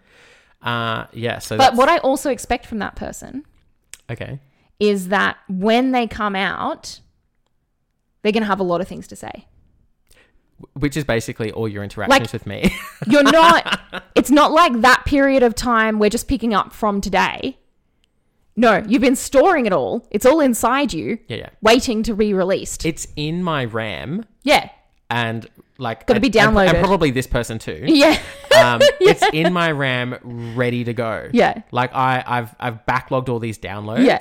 Speaker 1: uh yeah. So
Speaker 2: But
Speaker 1: that's,
Speaker 2: what I also expect from that person
Speaker 1: okay.
Speaker 2: is that when they come out, they're going to have a lot of things to say.
Speaker 1: Which is basically all your interactions
Speaker 2: Like-
Speaker 1: with me.
Speaker 2: You're not, it's not like that period of time we're just picking up from today. No, you've been storing it all. It's all inside you,
Speaker 1: yeah, yeah.
Speaker 2: waiting to be released.
Speaker 1: It's in my RAM
Speaker 2: yeah.
Speaker 1: and like
Speaker 2: Gotta be
Speaker 1: and- and-
Speaker 2: downloaded.
Speaker 1: and probably this person too.
Speaker 2: Yeah.
Speaker 1: um, it's in my RAM, ready to go.
Speaker 2: Yeah.
Speaker 1: like I, I've I've backlogged all these downloads.
Speaker 2: Yeah.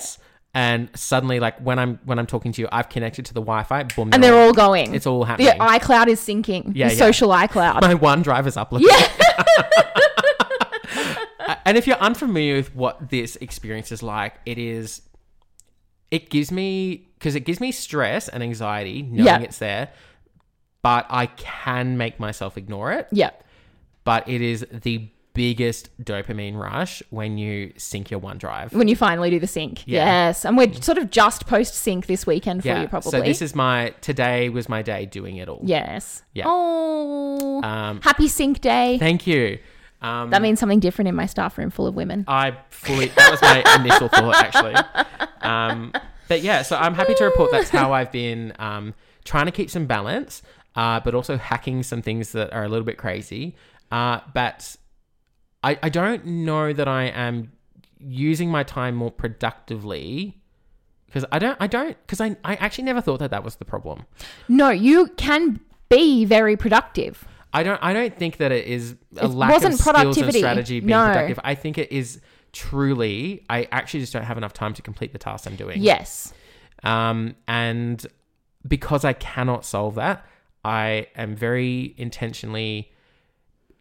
Speaker 1: and suddenly, like when I'm when I'm talking to you, I've connected to the Wi-Fi. Boom,
Speaker 2: And they're all going.
Speaker 1: it's all happening.
Speaker 2: the iCloud is syncing.
Speaker 1: Yeah,
Speaker 2: the
Speaker 1: yeah.
Speaker 2: social iCloud.
Speaker 1: my OneDrive is uploaded. and if you're unfamiliar with what this experience is like, it is. It gives me because it gives me stress and anxiety knowing
Speaker 2: Yeah.
Speaker 1: it's there, but I can make myself ignore it.
Speaker 2: yeah.
Speaker 1: But it is the biggest dopamine rush when you sync your OneDrive.
Speaker 2: When Mm, you finally do the sync.
Speaker 1: Yeah.
Speaker 2: Yes. And we're sort of just post sync this weekend for
Speaker 1: Yeah.
Speaker 2: you, probably.
Speaker 1: So this is my today was my day doing it all.
Speaker 2: yes.
Speaker 1: Yeah.
Speaker 2: Oh.
Speaker 1: Um,
Speaker 2: Happy sync day.
Speaker 1: thank you. Um,
Speaker 2: that means something different in my staff room full of women.
Speaker 1: I fully that was my initial thought actually. Um, but yeah, so I'm happy to report that's how I've been um, trying to keep some balance, uh, but also hacking some things that are a little bit crazy. Uh, but I, I don't know that I am using my time more productively because I don't I don't because I I actually never thought that that was the problem.
Speaker 2: No, you can be very productive.
Speaker 1: I don't. I don't think that it is a
Speaker 2: It
Speaker 1: lack
Speaker 2: wasn't
Speaker 1: of skills and
Speaker 2: productivity.
Speaker 1: strategy being
Speaker 2: No.
Speaker 1: productive. I think it is truly. I actually just don't have enough time to complete the task I'm doing.
Speaker 2: Yes.
Speaker 1: Um, and because I cannot solve that, I am very intentionally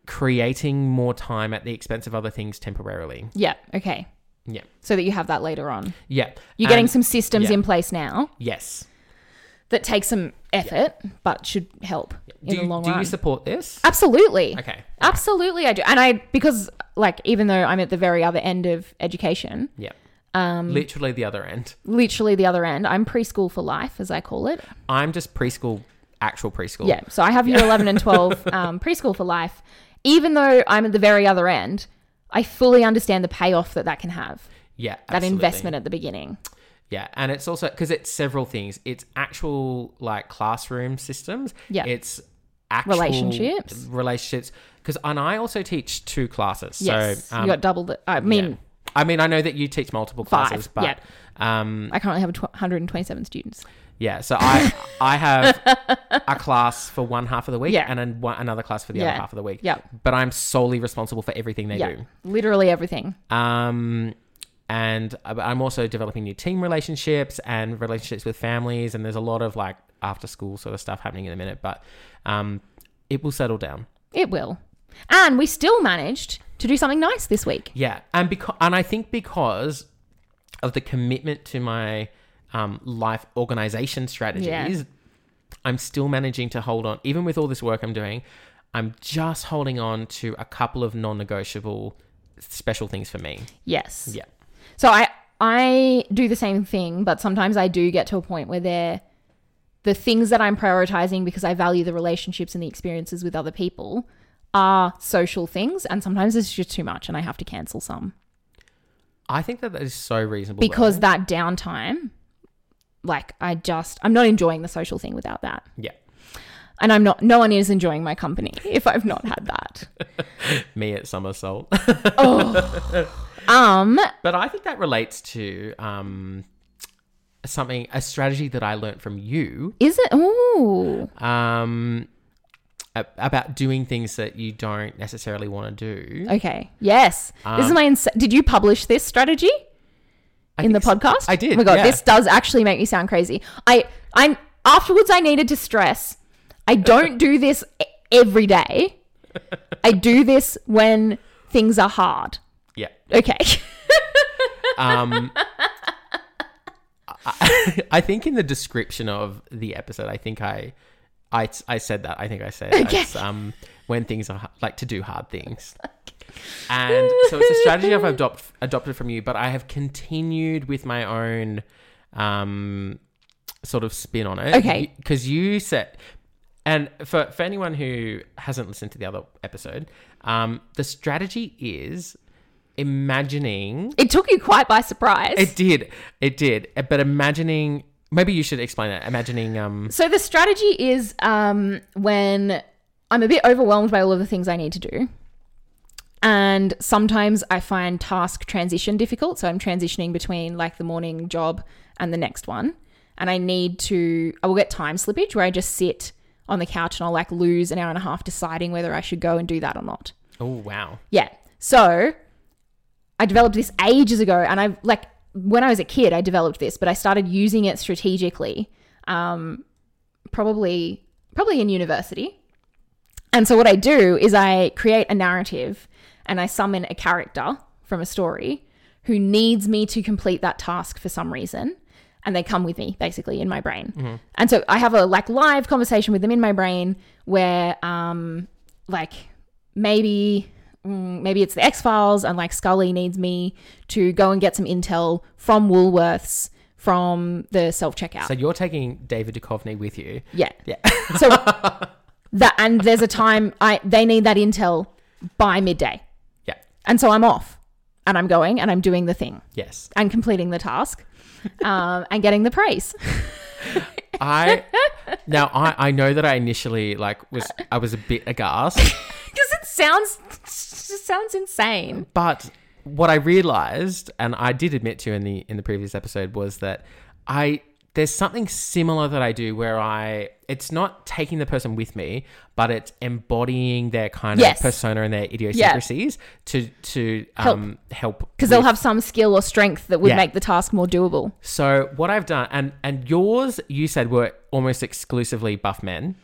Speaker 1: creating more time at the expense of other things temporarily.
Speaker 2: Yeah. Okay.
Speaker 1: Yeah.
Speaker 2: So that you have that later on.
Speaker 1: Yeah.
Speaker 2: You're getting
Speaker 1: And-
Speaker 2: some systems
Speaker 1: yeah.
Speaker 2: in place now
Speaker 1: Yes.
Speaker 2: that take some effort, but should help
Speaker 1: Do
Speaker 2: in the
Speaker 1: you,
Speaker 2: long
Speaker 1: do
Speaker 2: run. Uh,
Speaker 1: you support this?
Speaker 2: Absolutely.
Speaker 1: Okay.
Speaker 2: Absolutely, I do. And I, because like, even though I'm at the very other end of education,
Speaker 1: Yeah. Um, Literally the other end.
Speaker 2: literally the other end, I'm preschool for life, as I call it.
Speaker 1: I'm just preschool, actual preschool.
Speaker 2: Yeah. So I have year 11 and 12 um, preschool for life. Even though I'm at the very other end, I fully understand the payoff that that can have,
Speaker 1: Yeah.
Speaker 2: that
Speaker 1: absolutely.
Speaker 2: investment at the beginning.
Speaker 1: Yeah, and it's also because it's several things. It's actual like classroom systems.
Speaker 2: Yeah.
Speaker 1: it's actual
Speaker 2: Relationships.
Speaker 1: relationships. Because and I also teach two classes.
Speaker 2: Yes.
Speaker 1: so um,
Speaker 2: you got double the, I mean,
Speaker 1: yeah. I mean, I know that you teach multiple
Speaker 2: Five,
Speaker 1: classes, but
Speaker 2: yeah.
Speaker 1: um,
Speaker 2: I currently have tw- 127 students.
Speaker 1: yeah. So I I have a class for one half of the week,
Speaker 2: Yeah.
Speaker 1: and then one, another class for the
Speaker 2: Yeah.
Speaker 1: other half of the week.
Speaker 2: Yep.
Speaker 1: but I'm solely responsible for everything they
Speaker 2: Yeah.
Speaker 1: do.
Speaker 2: Literally everything.
Speaker 1: Um, and I- I'm also developing new team relationships and relationships with families. And there's a lot of like after school sort of stuff happening in a minute, but um, it will settle down.
Speaker 2: It will. And we still managed to do something nice this week.
Speaker 1: Yeah, and because and I think because of the commitment to my um, life organization strategies, I'm still managing to hold on, even with all this work I'm doing. I'm just holding on to a couple of non-negotiable special things for me.
Speaker 2: Yes.
Speaker 1: Yeah.
Speaker 2: So I I do the same thing, but sometimes I do get to a point where they're the things that I'm prioritizing because I value the relationships and the experiences with other people are social things, and sometimes it's just too much, and I have to cancel some
Speaker 1: I think that that is so reasonable though.
Speaker 2: because that downtime, like I just I'm not enjoying the social thing without that,
Speaker 1: yeah.
Speaker 2: and I'm not no one is enjoying my company if I've not had that.
Speaker 1: me at Somersault.
Speaker 2: um,
Speaker 1: but I think that relates to um, something, a strategy that I learned from you
Speaker 2: is it? Ooh,
Speaker 1: um, a- about doing things that you don't necessarily want to do.
Speaker 2: okay, yes, this is my. Ins- Did you publish this strategy?
Speaker 1: Um, I
Speaker 2: in the
Speaker 1: think so.
Speaker 2: podcast.
Speaker 1: I did.
Speaker 2: Oh my god,
Speaker 1: yeah.
Speaker 2: this does actually make me sound crazy. I I afterwards I needed to stress. I don't do this e- every day. I do this when things are hard.
Speaker 1: Yeah.
Speaker 2: Okay.
Speaker 1: Um, I, I think in the description of the episode, I think I. I, I said that. I think I said it's um, when things are h- like to do hard things. And so it's a strategy I've adopt, adopted from you, but I have continued with my own um, sort of spin on it.
Speaker 2: Okay.
Speaker 1: Because you said, and for, for anyone who hasn't listened to the other episode, um, the strategy is imagining.
Speaker 2: it took you quite by surprise.
Speaker 1: It did. It did. Uh, But imagining. Maybe you should explain it. Imagining. Um,
Speaker 2: so the strategy is um when I'm a bit overwhelmed by all of the things I need to do. And sometimes I find task transition difficult. So I'm transitioning between like the morning job and the next one. And I need to, I will get time slippage where I just sit on the couch and I'll like lose an hour and a half deciding whether I should go and do that or not.
Speaker 1: oh, wow.
Speaker 2: Yeah. So I developed this ages ago, and I like when I was a kid, I developed this, but I started using it strategically, um, probably probably in university. And so what I do is I create a narrative, and I summon a character from a story who needs me to complete that task for some reason. And they come with me basically in my brain. And so I have a like live conversation with them in my brain where um like maybe mm, maybe it's the X Files, and like Scully needs me to go and get some intel from Woolworths from the self checkout.
Speaker 1: So you're taking David Duchovny with you.
Speaker 2: yeah.
Speaker 1: Yeah.
Speaker 2: So that and there's a time I they need that intel by midday.
Speaker 1: yeah.
Speaker 2: And so I'm off and I'm going and I'm doing the thing
Speaker 1: Yes.
Speaker 2: and completing the task um, and getting the praise.
Speaker 1: I now I, I know that I initially like was I was a bit aghast,
Speaker 2: Because it sounds it just sounds insane.
Speaker 1: but what I realized and I did admit to in the in the previous episode was that I there's something similar that I do where I it's not taking the person with me, but it's embodying their kind
Speaker 2: Yes.
Speaker 1: of persona and their idiosyncrasies to to um help
Speaker 2: Because they'll have some skill or strength that would
Speaker 1: Yeah.
Speaker 2: make the task more doable.
Speaker 1: So what I've done, and and yours, you said were almost exclusively buff men,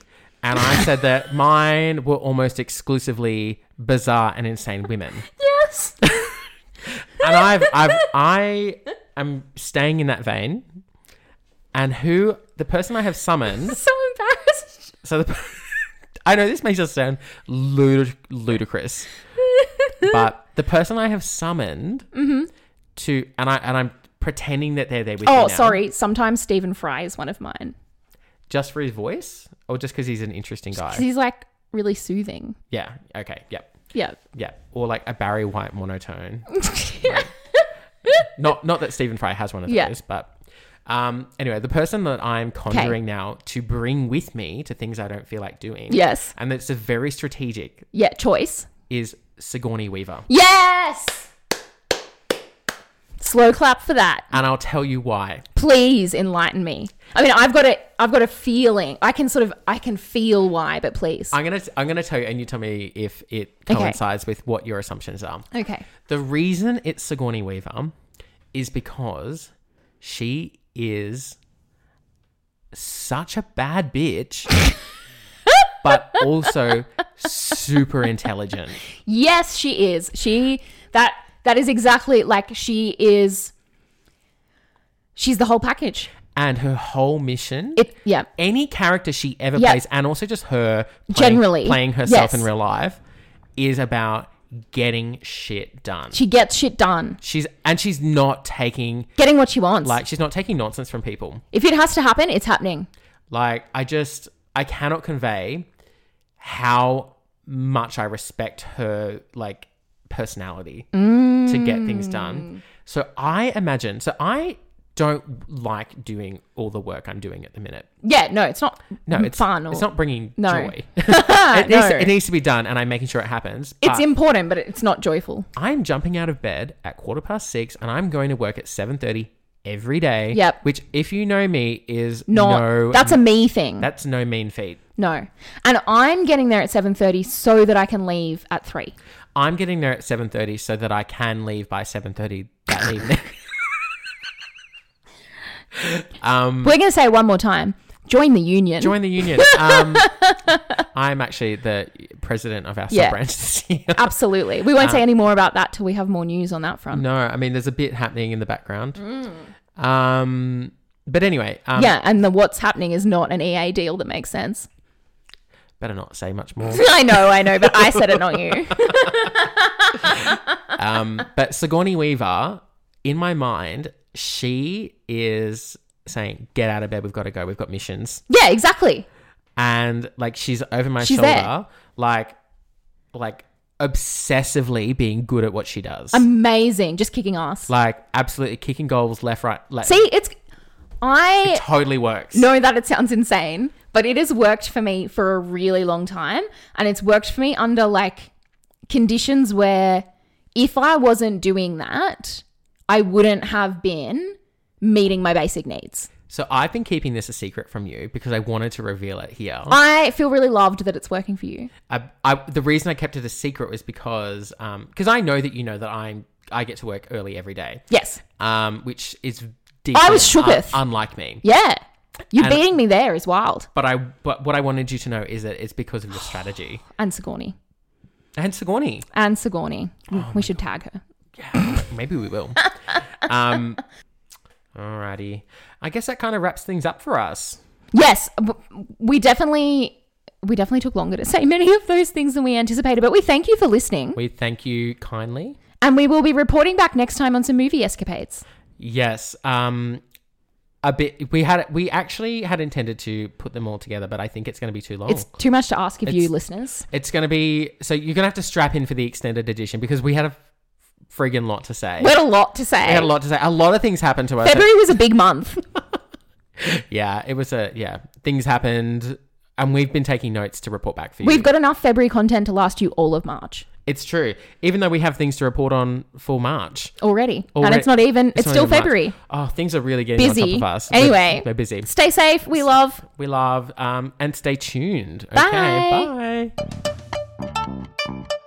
Speaker 1: and I said that mine were almost exclusively bizarre and insane women.
Speaker 2: Yes.
Speaker 1: And I've I've I am staying in that vein. And who the person I have summoned?
Speaker 2: so embarrassed.
Speaker 1: So the I know this makes us sound ludic- ludicrous, but the person I have summoned to, and I and I'm pretending that they're there with me
Speaker 2: Mm-hmm. Oh,
Speaker 1: now.
Speaker 2: sorry. Sometimes Stephen Fry is one of mine.
Speaker 1: just for his voice or just because he's an interesting
Speaker 2: 'Cause
Speaker 1: guy?
Speaker 2: he's like really soothing.
Speaker 1: Yeah. Okay. Yep.
Speaker 2: Yeah.
Speaker 1: Yeah. Or like a Barry White monotone. Like, not not that Stephen Fry has one of those,
Speaker 2: Yeah.
Speaker 1: but um, anyway, the person that I'm conjuring now to bring with me to things I don't feel like doing.
Speaker 2: Yes.
Speaker 1: And that's a very strategic
Speaker 2: Yeah. Choice.
Speaker 1: is Sigourney Weaver.
Speaker 2: Yes. Slow clap for that.
Speaker 1: And I'll tell you why.
Speaker 2: Please enlighten me. I mean, I've got a I've got a feeling. I can sort of I can feel why, but please.
Speaker 1: I'm gonna I'm gonna tell you and you tell me if it coincides with what your assumptions are.
Speaker 2: okay.
Speaker 1: The reason it's Sigourney Weaver is because she is such a bad bitch, but also super intelligent.
Speaker 2: Yes, she is. She that that is exactly like she is she's the whole package.
Speaker 1: And her whole mission,
Speaker 2: It yeah.
Speaker 1: any character she ever
Speaker 2: Yeah.
Speaker 1: plays, and also just her playing,
Speaker 2: Generally,
Speaker 1: playing herself
Speaker 2: yes.
Speaker 1: in real life, is about getting shit done.
Speaker 2: She gets shit done.
Speaker 1: She's and she's not taking
Speaker 2: Getting what she wants.
Speaker 1: like she's not taking nonsense from people.
Speaker 2: if it has to happen, it's happening.
Speaker 1: Like, I just, I cannot convey how much I respect her, like, personality to get things
Speaker 2: Mm.
Speaker 1: done. So I imagine, so I don't like doing all the work I'm doing at the minute.
Speaker 2: Yeah, no, it's not
Speaker 1: No, it's
Speaker 2: fun or
Speaker 1: It's not bringing
Speaker 2: No.
Speaker 1: joy. it, needs,
Speaker 2: No.
Speaker 1: it needs to be done, and I'm making sure it happens. But
Speaker 2: It's important, but it's not joyful.
Speaker 1: I'm jumping out of bed at quarter past six, and I'm going to work at seven thirty every day.
Speaker 2: Yep.
Speaker 1: Which, if you know me, is
Speaker 2: Not
Speaker 1: no.
Speaker 2: that's a me thing.
Speaker 1: that's no mean feat.
Speaker 2: No. And I'm getting there at 7:30 so that I can leave at 3.
Speaker 1: I'm getting there at 7:30 so that I can leave by 7:30 that evening.
Speaker 2: We're going to say it one more time. Join the union.
Speaker 1: Um, Join the union. Um, I'm actually the president of our sub
Speaker 2: Yeah.
Speaker 1: branch this year.
Speaker 2: Absolutely. We won't say any more about that till we have more news on that front.
Speaker 1: No, I mean there's a bit happening in the background. Um, but anyway, um,
Speaker 2: Mm. Yeah, and the what's happening is not an EA deal that makes sense.
Speaker 1: better not say much more.
Speaker 2: I know, I know, but I said it, not you.
Speaker 1: Um, but Sigourney Weaver, in my mind, she is saying, "Get out of bed. We've got to go. We've got missions."
Speaker 2: Yeah, exactly.
Speaker 1: and like she's over my
Speaker 2: She's
Speaker 1: shoulder,
Speaker 2: there.
Speaker 1: like like obsessively being good at what she does.
Speaker 2: Amazing. Just kicking ass.
Speaker 1: like absolutely kicking goals left, right, like
Speaker 2: See, it's I
Speaker 1: totally works.
Speaker 2: know that it sounds insane, but it has worked for me for a really long time. And it's worked for me under like conditions where if I wasn't doing that, I wouldn't have been meeting my basic needs.
Speaker 1: So I've been keeping this a secret from you because I wanted to reveal it here.
Speaker 2: I feel really loved that it's working for you.
Speaker 1: I, I, the reason I kept it a secret was because because I know that you know that I'm I get to work early every day,
Speaker 2: Yes.
Speaker 1: um, which is
Speaker 2: I was
Speaker 1: deeply
Speaker 2: shooketh.
Speaker 1: unlike me.
Speaker 2: Yeah. You
Speaker 1: And-
Speaker 2: beating me there is wild.
Speaker 1: But I but what I wanted you to know is that it's because of your strategy
Speaker 2: And Sigourney.
Speaker 1: and Sigourney.
Speaker 2: And Sigourney. we should tag her.
Speaker 1: Maybe we will. um, alrighty. I guess that kind of wraps things up for us.
Speaker 2: Yes. w- We definitely we definitely took longer to say many of those things than we anticipated, but we thank you for listening.
Speaker 1: We thank you kindly.
Speaker 2: And we will be reporting back next time on some movie escapades.
Speaker 1: Yes. Um a bit we had we actually had intended to put them all together, but I think it's gonna be too long.
Speaker 2: It's too much to ask of you,
Speaker 1: Oh, It's-
Speaker 2: listeners.
Speaker 1: It's going to be so you're going to have to strap in for the extended edition because we had a friggin' lot to say.
Speaker 2: We had a lot to say.
Speaker 1: we had a lot to say. A lot of things happened to us.
Speaker 2: February was a big month.
Speaker 1: Yeah, it was a yeah. Things happened, and we've been taking notes to report back for you.
Speaker 2: We've got enough February content to last you all of March
Speaker 1: it's true, even though we have things to report on for March.
Speaker 2: already. And
Speaker 1: Already-
Speaker 2: it's not even, it's,
Speaker 1: not
Speaker 2: still
Speaker 1: even March.
Speaker 2: February.
Speaker 1: Oh, things are really getting
Speaker 2: Busy.
Speaker 1: on top of us.
Speaker 2: Anyway.
Speaker 1: we're, we're busy.
Speaker 2: Stay safe. We love.
Speaker 1: We love um and stay tuned.
Speaker 2: Bye.
Speaker 1: Okay, bye.